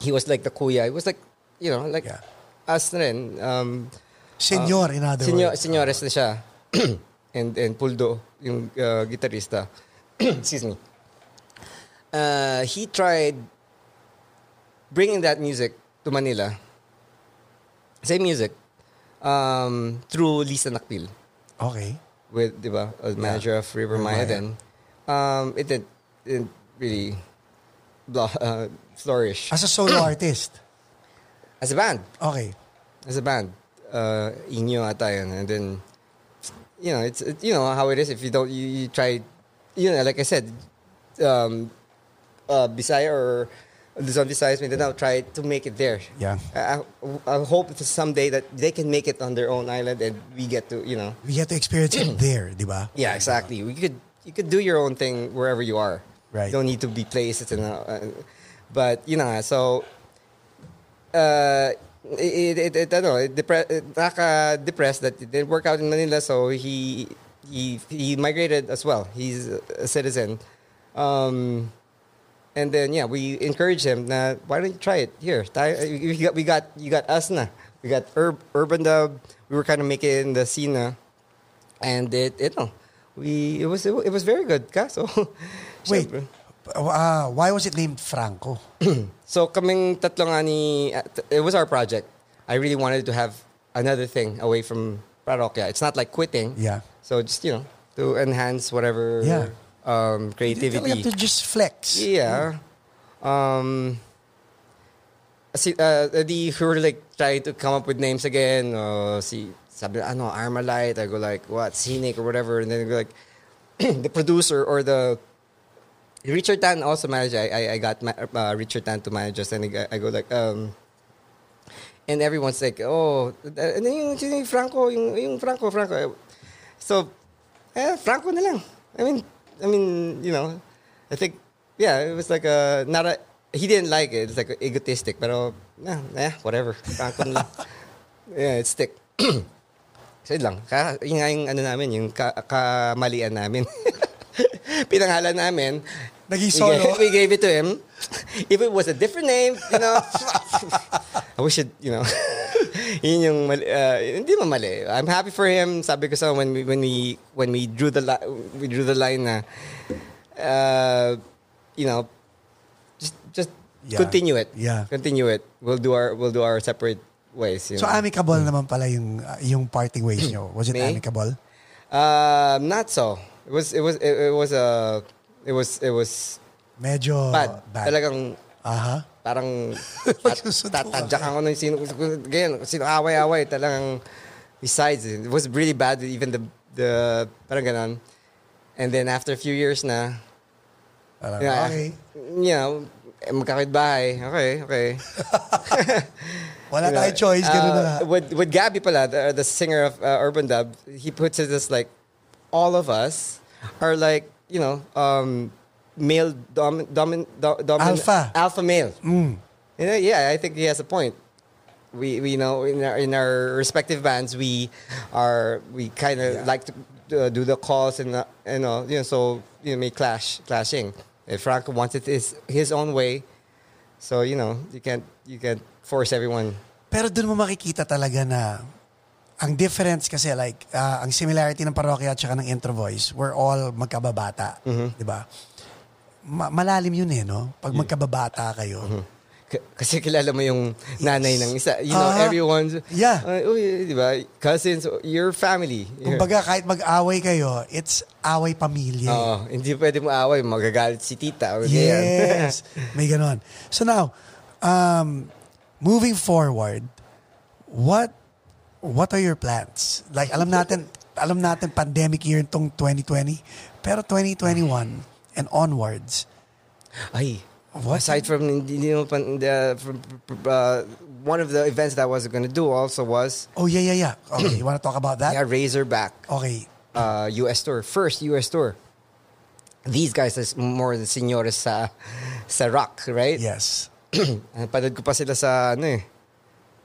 S2: He was like the kuya. He was like you know like
S1: Yeah.
S2: us na rin. Um,
S1: Senyor, in other
S2: senyo,
S1: words.
S2: senyores na siya. and, and Puldo, yung uh, gitarista. Excuse me. Uh, he tried bringing that music to Manila. Same music. Um, through Lisa Nakpil
S1: Okay.
S2: with, di ba, as manager of River
S1: Maya.
S2: Maya then. Um, it didn't, it didn't really blah, uh, flourish.
S1: As a solo artist.
S2: As a band.
S1: Okay.
S2: as a band, uh, inyo ata yun. And then, you know, it's it, you know how it is if you don't you, you try, you know, like I said, um, uh, Bisaya or Luzon Visayas, Mindanao, try to make it there.
S1: Yeah.
S2: I, I I hope that someday that they can make it on their own island and we get to, you know.
S1: We get to experience it there, di ba?
S2: Yeah, exactly. We could you could do your own thing wherever you are.
S1: Right.
S2: You don't need to be places and, uh, uh, but you know, so uh, it, it, it, I don't know, it, depre- it naka depressed that it didn't work out in Manila, so he he he migrated as well. He's a citizen. Um, and then yeah, we encourage him. Na, why don't you try it here? Tayo- We got we got you got us na. We got Ur- urban dub. We were kind of making the scene na. and it, it, no, we, it was, it, was very good. Kaso,
S1: Wait,
S2: syempre.
S1: ah, why was it named Franco?
S2: So kaming tatlo nga ni, uh, t- it was our project. I really wanted to have another thing away from parokya. It's not like quitting.
S1: Yeah.
S2: So just, you know, to enhance whatever
S1: Yeah. Talaga
S2: um,
S1: to
S2: creativity.
S1: just flex.
S2: Yeah. Um, si, uh, the, we were like trying to come up with names again. Uh, si, sabi, ano, Armalite. I go like, what, Scenic or whatever. And then go like, the producer or the Richard Tan also managed. I I, I got ma- uh, Richard Tan to manage us, and I, I go like um. And everyone's like, oh, th- ano yung, sino yung Franco, yung, yung Franco, Franco. So, eh, Franco na lang. I mean, I mean, you know, I think, yeah, it was like a, not a, he didn't like it. It's like egotistic, pero, nah, eh, whatever. Franco na lang. yeah, it stick. So yun lang. Ka, yun nga yung ano namin, yung ka, kamalian namin. Pinangalan namin.
S1: Naging
S2: We
S1: solo.
S2: gave, we gave it to him. If it was a different name, you know, I wish it, you know, yun yung mali, uh, hindi mo mali. I'm happy for him. Sabi ko sa when we, when we, when we drew the, li- we drew the line na, uh, you know, just, just
S1: Yeah.
S2: continue it.
S1: Yeah.
S2: Continue it. We'll do our, we'll do our separate ways. you
S1: So
S2: know.
S1: amicable naman pala yung ah, yung parting ways nyo. Was it
S2: Mm. Me?
S1: amicable?
S2: Uh, not so. It was it was it, it was a it was it was
S1: Medyo
S2: bad. Talagang
S1: Aha.
S2: parang
S1: Magsusunod
S2: tat- tatadyakan ko ng sino ganyan, sino away-away talagang besides it was really bad even the the parang ganun. And then after a few years na
S1: Parang,
S2: yeah,
S1: okay.
S2: You know, eh, magkakitbahay. Okay, okay.
S1: Wala
S2: You know,
S1: tayong choice. Ganun na.
S2: uh, With, with Gabby pala, the, the singer of uh, Urban Dub, he puts it as like, all of us are like, you know, um, male dom, domin, do, domin,
S1: Alpha. Mm.
S2: Alpha male. You know, yeah, I think he has a point. We, we know in our, in our respective bands, we are, we kind of like to uh, do the calls and, uh, and all, you know, so, you know, may clash, clashing. If Franco wants it his, his own way, so, you know, you can't, you can't force everyone
S1: Pero doon mo makikita talaga na ang difference kasi like ah, ang similarity ng parokya at saka ng intro voice, we're all magkababata, 'di ba? Ma- malalim 'yun eh, no? Pag magkababata kayo.
S2: K- kasi kilala mo yung nanay ng isa. You know,
S1: Ah,
S2: everyone's...
S1: yeah.
S2: Uh, uy, di ba? Cousins, your family.
S1: Kumbaga kahit mag-away kayo, it's away pamilya. eh.
S2: Oo, hindi pwede mo away. Magagalit si tita. o ganyan.
S1: Yes. May ganon. So now, um, moving forward, what what are your plans? Like, alam natin, alam natin pandemic year itong 2020, pero 2021 and onwards,
S2: Ay,
S1: What?
S2: aside from, hindi mo pan- the- from uh, one of the events that I was gonna do also was
S1: oh yeah, yeah, yeah. Okay, you wanna talk about
S2: yeah,
S1: that?
S2: Razorback
S1: Okay.
S2: uh, US tour. First US tour. These guys is more than seniores sa, sa rock, right?
S1: Yes.
S2: Ah, Panood ko pa sila sa ano eh.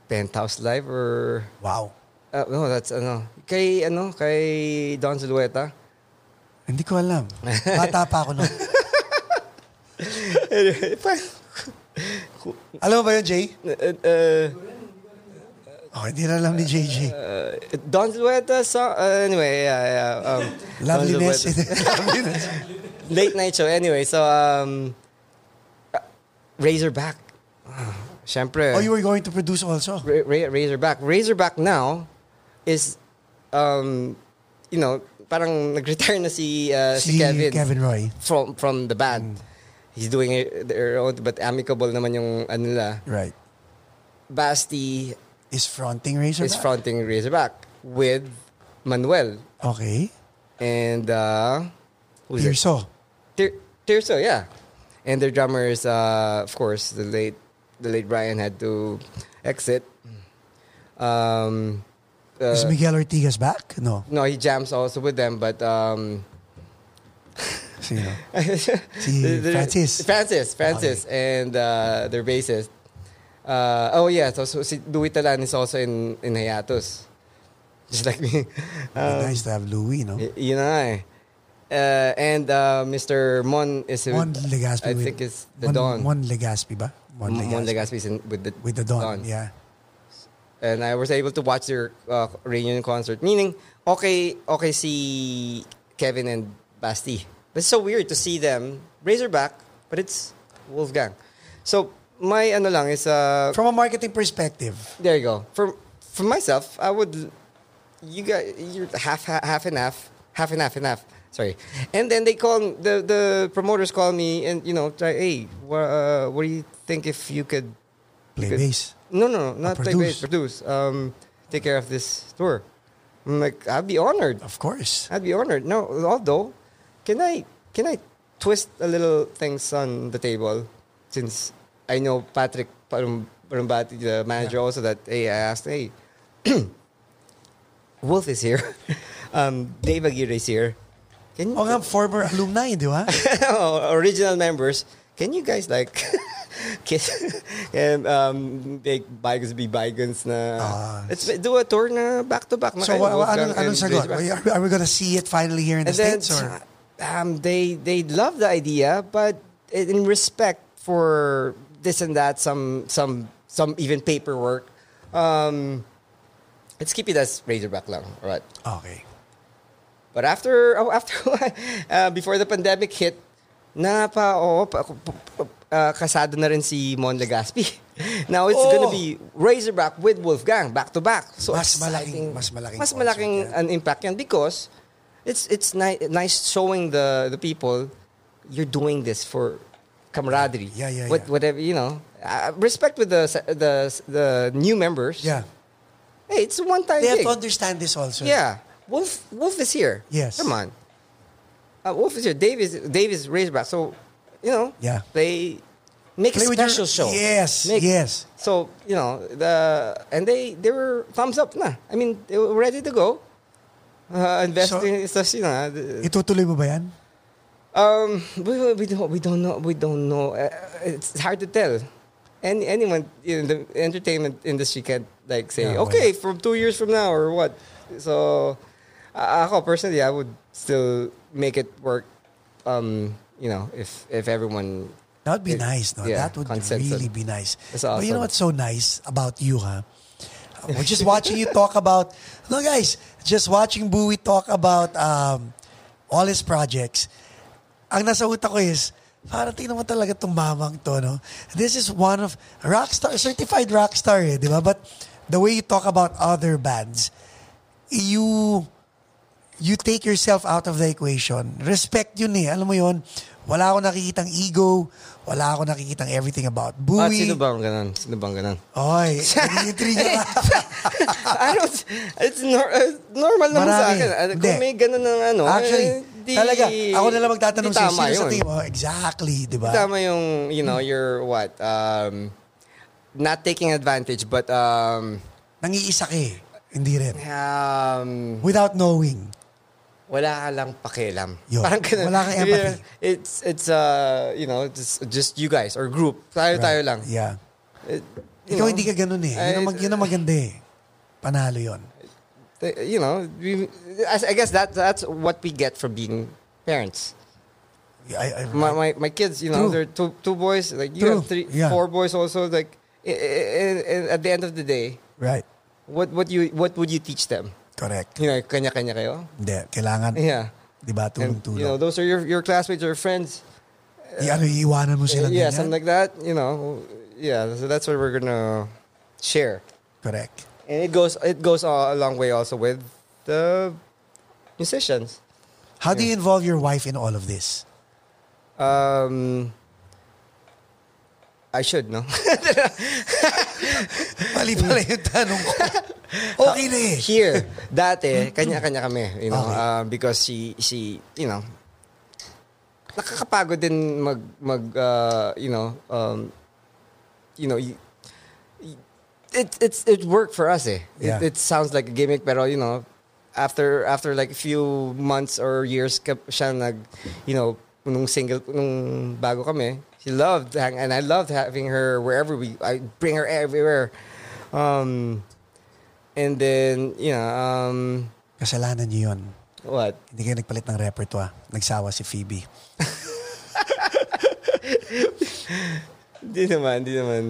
S2: Penthouse Live or...
S1: Wow.
S2: Uh, no, that's ano. Kay ano, kay Don Zulueta.
S1: Hindi ko alam. Bata pa ako nun. alam mo ba yun, Jay?
S2: Uh, uh,
S1: Oh, hindi na alam ni JJ.
S2: Don Zulueta song, uh, anyway, yeah, yeah. Um, Don
S1: Loveliness.
S2: Zulueta.
S1: Loveliness.
S2: Late night show, anyway. So, um, uh, Razorback. Ah, Siyempre.
S1: Oh, you were going to produce also.
S2: Ra- Ra- Razorback. Razorback now is, um, you know, parang nag-retire na si, uh, si,
S1: Si Kevin Mm. Roy.
S2: From, from the band. He's doing it their own, but amicable naman yung ano nila.
S1: Right.
S2: Basti
S1: Is fronting Razorback?
S2: is fronting Razorback with Manuel
S1: Okay.
S2: and uh, who's it?
S1: Tirso.
S2: Tir- Tirso, yeah. And their drummer is, uh, of course, the late the late Brian had to exit. Um, uh,
S1: is Miguel Ortigas back? No.
S2: no, he jams also with them, but um,
S1: Sino?
S2: si
S1: Francis.
S2: Francis, Francis, and uh, their bassist. Uh, oh yeah, so, so si Louis Talan is also in in hiatus, just like me. Um,
S1: nice to have Louie, no?
S2: Y- Yun na nga eh. Uh, and uh, Mr. Mon is
S1: Mon
S2: with,
S1: Legaspi.
S2: I
S1: with-
S2: think it's the
S1: Mon,
S2: Don.
S1: Mon Legaspi ba?
S2: Mon Legaspi is in, with the
S1: With the Don, yeah.
S2: and I was able to watch their uh, reunion concert. Meaning, okay, okay, see Kevin and Basti. But it's so weird to see them Razorback, but it's Wolfgang. So my ano lang is uh,
S1: From a marketing perspective,
S2: there you go. For for myself, I would you got you're half half, half and half, half and half and half. Sorry. And then they call the the promoters call me and you know try hey what uh, what do you think if you could
S1: play
S2: Good.
S1: bass.
S2: no no no not take
S1: produce.
S2: base produce um take care of this tour. I'm like I'd be honored.
S1: Of course.
S2: I'd be honored. No, although, can I can I twist a little things on the table? Since I know Patrick Parum- Parumbati, the manager, also that hey, I asked, hey, Wolf is here, um, Dave Aguirre is here. Can
S1: O
S2: Oh,
S1: nga, former alumni, di ba?
S2: original members, can you guys like kiss and um, make bygones be bygones? Na
S1: Ah,
S2: let's do a tour na back to back. na
S1: So,
S2: kayo,
S1: wa- wa-
S2: Wolfgang
S1: anong, anong
S2: and
S1: sagot? Oh,
S2: Razorback.
S1: Are, are we gonna see it finally here in the
S2: And then,
S1: States? Or?
S2: um, they they love the idea, but in respect for this and that, some some some even paperwork. Um, let's keep it as Razorback lang, all right?
S1: Okay.
S2: But after oh, after a while, uh, before the pandemic hit, na pa oo, pa, uh, kasado na rin si Mon Legaspi. Now it's gonna
S1: Oh!
S2: be Razorback with Wolfgang back to back. So
S1: Mas malaking-
S2: exciting.
S1: mas malaking
S2: mas
S1: concert
S2: malaking
S1: yan.
S2: an impact yan because it's it's ni- nice showing the the people you're doing this for camaraderie.
S1: Yeah, yeah,
S2: What-
S1: yeah.
S2: Whatever you know, uh, respect with the the the new members.
S1: Yeah.
S2: Hey, it's one time.
S1: They have to understand this also.
S2: Yeah, Wolf. Wolf is here.
S1: Yes.
S2: Come on. Uh, Wolf is here. Dave is Dave is Razorback. So, you know.
S1: Yeah.
S2: They make
S1: Play
S2: a
S1: with your-
S2: special show.
S1: Yes,
S2: Make-
S1: yes.
S2: So you know the and they they were thumbs up na. I mean they were ready to go. Uh, invest
S1: So-
S2: in stuff, you know. the-
S1: Itutuloy mo ba yan?
S2: um, we, we- we don't we don't know we don't know. Uh, it's hard to tell. Any anyone in the entertainment industry can like say,
S1: Yeah, why
S2: okay, from two years from now or what. So, uh, ako personally, I would still make it work. Um, you know, if if everyone
S1: That would be
S2: It-
S1: nice, no?
S2: yeah,
S1: that would
S2: consensus.
S1: really be nice.
S2: It's
S1: But you know
S2: awesome.
S1: what's so nice about you, huh? We're just watching you talk about, no, guys, just watching Bowie talk about um, all his projects. Ang nasa utak ko is, parang tingnan mo talaga itong mamang to, no? This is one of, rock star, certified rock star, eh, di ba? But the way you talk about other bands, you you take yourself out of the equation. Respect yun eh. Alam mo yun, wala akong nakikitang ego, wala akong nakikitang everything about
S2: ah,
S1: Bowie.
S2: sino bang ganun? Sino bang ganun?
S1: Oy, nag-intriga ka.
S2: I don't, it's nor, uh, normal naman sa
S1: Marami.
S2: akin. Uh, Kung
S1: Hindi.
S2: may ganun ng ano, eh,
S1: Actually,
S2: di-
S1: talaga, ako na lang magtatanong
S2: di
S1: sa'yo,
S2: tama
S1: sino sa
S2: yun.
S1: team? Oh, exactly, di ba?
S2: Tama yung, you know, your what, um, not taking advantage, but, um,
S1: Nangiisa ka eh. Hindi rin.
S2: um,
S1: Without knowing.
S2: wala ka lang pakialam.
S1: Yun.
S2: Parang ganun.
S1: Wala kang empathy.
S2: It's, it's, uh, you know, just, just you guys or group. Tayo-tayo lang. Diba?
S1: Yeah.
S2: It- you
S1: Ikaw
S2: know,
S1: hindi ka ganun eh. Yun ang, mag, yun ang maganda eh. Panalo yun.
S2: th- You know, we, I I guess that that's what we get for being parents.
S1: I, I,
S2: my, my, my kids, you know,
S1: True.
S2: they're two, two boys. Like you
S1: True.
S2: have three,
S1: Yeah.
S2: four boys also. Like i- i- i- at the end of the day,
S1: right.
S2: what what you what would you teach them?
S1: Correct.
S2: You know, kanya-kanya kayo.
S1: Hindi. Kailangan,
S2: Yeah.
S1: di ba,
S2: Eh, And, you know,
S1: tulong-tulong.
S2: those are your, your classmates or friends.
S1: I, ano, iiwanan mo sila ganyan?
S2: yeah, something eh, like that. You know, yeah. So that's what we're gonna share,
S1: Correct.
S2: and it goes it goes a, a long way also with the musicians.
S1: How do you involve your wife in all of this?
S2: Um, I should no.
S1: Mali pala yung tanong ko. Okay na eh.
S2: here dati kanya-kanya kami you know
S1: Okay.
S2: uh, because she she you know nakakapagod din mag mag uh, you know um you know y- y- it it's it worked for us eh
S1: Yeah.
S2: it, it sounds like a gimmick pero you know after after like a few months or years ka- siya nag you know nung single nung bago kami she loved hang and I loved having her wherever we I bring her everywhere um and then, you know, um,
S1: Kasalanan niyo yun.
S2: what?
S1: Hindi kayo nagpalit ng repertoire. Nagsawa si Phoebe.
S2: Hindi naman, hindi naman.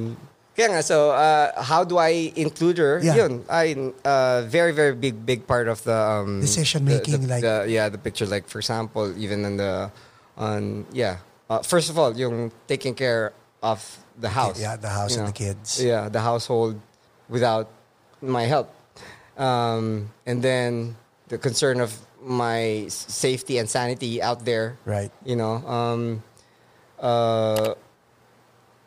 S2: Kaya nga, so uh, how do I include her?
S1: Yeah.
S2: Yun, I uh, very very big big part of the um,
S1: Decision
S2: the-
S1: making,
S2: the-
S1: like-
S2: the- yeah, the picture. Like for example, even in the on yeah. Uh, first of all, yung taking care of the house.
S1: yeah, the house
S2: you
S1: and
S2: know.
S1: the kids.
S2: Yeah, the household without my help, um, and then the concern of my s- safety and sanity out there.
S1: Right.
S2: You know. Um, uh,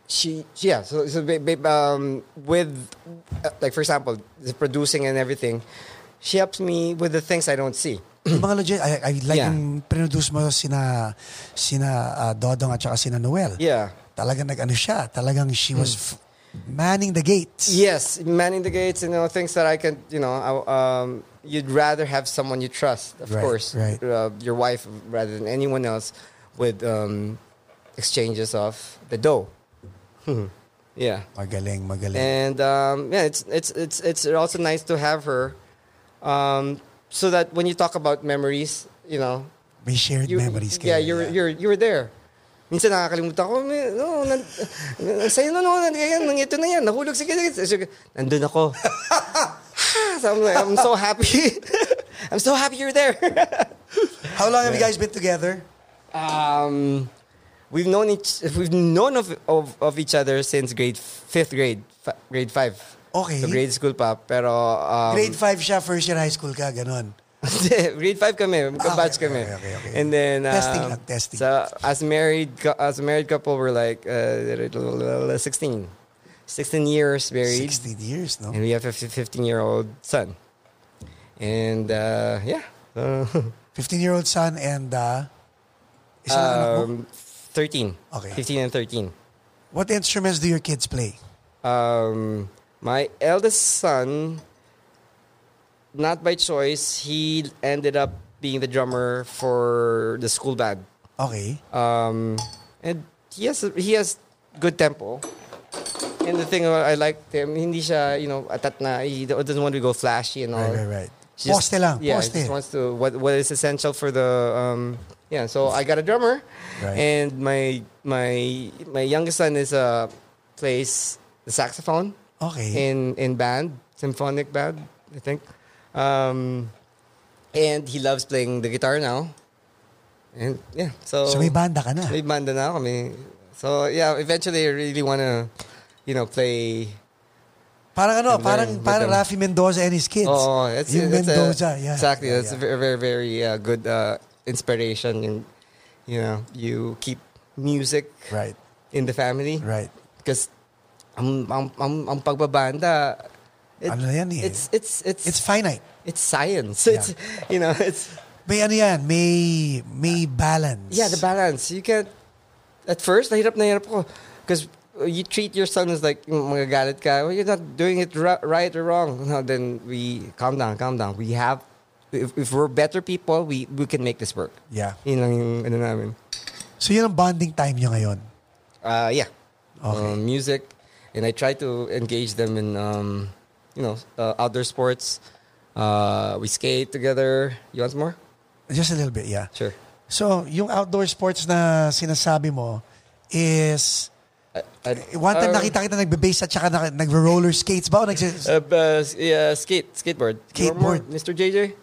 S2: she yeah so, so ba- ba- um, with uh, like for example the producing and everything she helps me with the things i don't see
S1: Yung mga legit, I, I like
S2: Yeah.
S1: yung produce mo sina, sina ah, Dodong at saka sina Noel.
S2: yeah Mm.
S1: Talagang nag-ano siya. Talagang she was f- manning the gates.
S2: yes manning the gates you know things that i can you know I, um, you'd rather have someone you trust of
S1: Right,
S2: course
S1: right.
S2: Uh, your wife rather than anyone else with um, exchanges of the dough yeah
S1: Magaling, magaling.
S2: and um, yeah, it's it's it's it's also nice to have her, um, so that when you talk about memories, you know,
S1: May shared
S2: you,
S1: memories
S2: yeah,
S1: kayo.
S2: you're you're you were there. Minsan nakakalimutan ko, "May- no, nan, sa'yo na, no, nan, yan, nang ito na yan, nahulog, sige, sige, sige. Nandun ako. so I'm, like, I'm so happy. I'm so happy you're there.
S1: How long have you guys been together?
S2: um, we've known each, we've known of, of, of each other since grade, fifth grade, fi- grade five.
S1: Okay.
S2: So grade school pa, pero... Um,
S1: Grade 5 siya, first year high school ka, ganun.
S2: Hindi, grade 5 kami, magkabatch
S1: okay,
S2: kami.
S1: okay, okay, okay.
S2: And then uh,
S1: Testing lang, testing.
S2: So as married cou- as a married couple we're like uh, 16. 16 years married
S1: 16 years, no?
S2: and we have a 15-year-old son. And uh, yeah. Uh,
S1: 15-year-old son and uh, isa lang anak mo?
S2: um, 13.
S1: Okay.
S2: 15 and 13.
S1: What instruments do your kids play?
S2: Um, my eldest son not by choice, he ended up being the drummer for the school band.
S1: Okay.
S2: Um, and he has he has good tempo. And the thing about I liked him, hindi siya, you know, atat na, he doesn't want to go flashy and all.
S1: Right, right, right.
S2: She Uh, just-
S1: Poste lang,
S2: Yeah,
S1: poste.
S2: he just wants to, what, what is essential for the, um, yeah, so I got a drummer.
S1: Right.
S2: And my, my, my youngest son is, uh, plays the saxophone
S1: Okay.
S2: in, in band, symphonic band, I think. Um, and he loves playing the guitar now. And yeah, so.
S1: so may banda ka na.
S2: May banda na kami. So, yeah, eventually I really wanna, you know, play.
S1: Parang ano,
S2: And
S1: parang,
S2: then with
S1: parang
S2: them.
S1: Rafi Mendoza and his kids.
S2: Oh, it's,
S1: Yung
S2: it's
S1: Mendoza,
S2: a,
S1: yeah.
S2: Exactly.
S1: yeah,
S2: that's
S1: yeah.
S2: a very, very, very uh, good uh, inspiration. And, you know, you keep music
S1: Right,
S2: in the family.
S1: right.
S2: Because ang, ang, ang, ang pagbabanda, it-
S1: Ano yan eh.
S2: it's, it's, it's,
S1: It's
S2: it's,
S1: finite.
S2: science. It's, you know, it's,
S1: May ano yan, may, may balance.
S2: Yeah, the balance. You can't... At first, nahirap na hirap ako. Because you treat your son as like, "Mm, magagalit ka, well, you're not doing it ri- right or wrong. No, then we, calm down, calm down. We have, if, if we're better people, we, we can make this work.
S1: Yeah.
S2: Yun lang yung ano namin.
S1: So yun ang bonding time nyo ngayon.
S2: Uh, yeah.
S1: Okay.
S2: Um, music. And I try to engage them in, um, you know, uh, outdoor sports. Uh, we skate together. You want some more?
S1: Just a little bit, yeah.
S2: Sure.
S1: So, yung outdoor sports na sinasabi mo is...
S2: I, I-
S1: One time
S2: uh,
S1: nakita kita nagbe-base at saka na- nagro-roller skates ba? O nagsis-
S2: Uh, uh, yeah, skate, skateboard. You want more,
S1: Skateboard.
S2: Mr. JJ?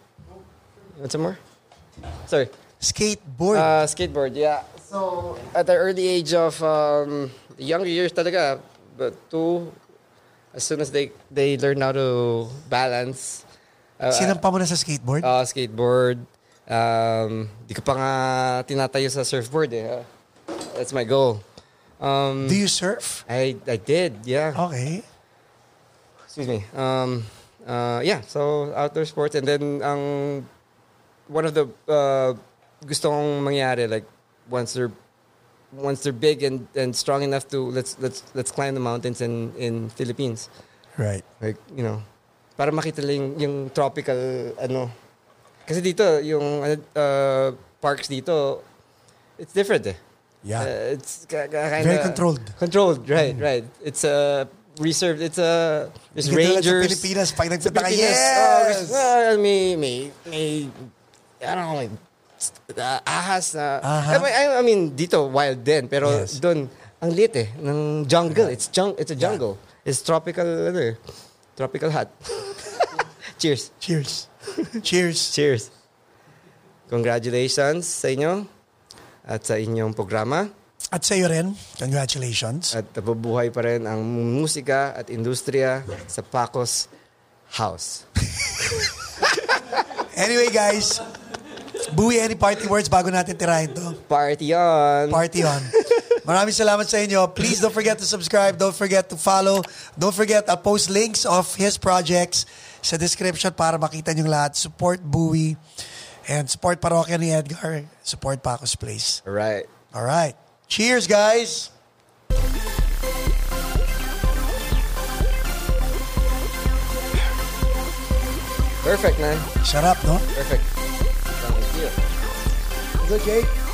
S2: Want some more? Sorry.
S1: skateboard.
S2: Uh, skateboard, yeah. So, at the early age of um, younger years talaga, but two, as soon as they, they learn how to balance, uh,
S1: Sinampa mo na sa skateboard?
S2: uh, skateboard, um, di ko pa nga tinatayo sa surfboard eh. ah. That's my goal. Um,
S1: Do you surf?
S2: I, I did, yeah.
S1: Okay.
S2: excuse me. Um, uh, yeah, so outdoor sports and then ang one of the uh, gusto kong mangyari like once they're once they're big and, and strong enough to let's let's let's climb the mountains in in Philippines.
S1: Right.
S2: Like, you know, para makita lang yung, yung tropical ano. Kasi dito yung uh, parks dito it's different eh.
S1: Yeah.
S2: Uh, it's ki- ki- kinda,
S1: Very controlled.
S2: Controlled, right, right. It's a reserved. It's a there's
S1: Dito lang
S2: rangers.
S1: Sa Pilipinas, pag
S2: Sa
S1: nagpunta ka,
S2: Pilipinas,
S1: yes!
S2: oh, well, may, may, may, I don't know, like, uh, ahas na.
S1: Aha.
S2: I, mean, I, I mean, dito, wild din. Pero
S1: Yes.
S2: doon, ang lit eh, ng jungle. It's, jung, it's a jungle. It's tropical, ano eh, tropical hot. Cheers.
S1: Cheers. Cheers.
S2: Cheers. Congratulations sa inyo at sa inyong programa.
S1: At sa'yo rin, congratulations.
S2: At nabubuhay pa rin ang musika at industriya sa Pacos House.
S1: Anyway, guys, buwi any party words bago natin tirahin to.
S2: Party on!
S1: Party on. Maraming salamat sa inyo. Please don't forget to subscribe. Don't forget to follow. Don't forget, I'll post links of his projects sa description para makita nyo lahat. Support Bowie and support Parokya ni Edgar. Support Paco's Place.
S2: Alright.
S1: Alright. Cheers, guys!
S2: Perfect, man.
S1: Sarap, no?
S2: Perfect. Thank you.
S1: Good, Jake.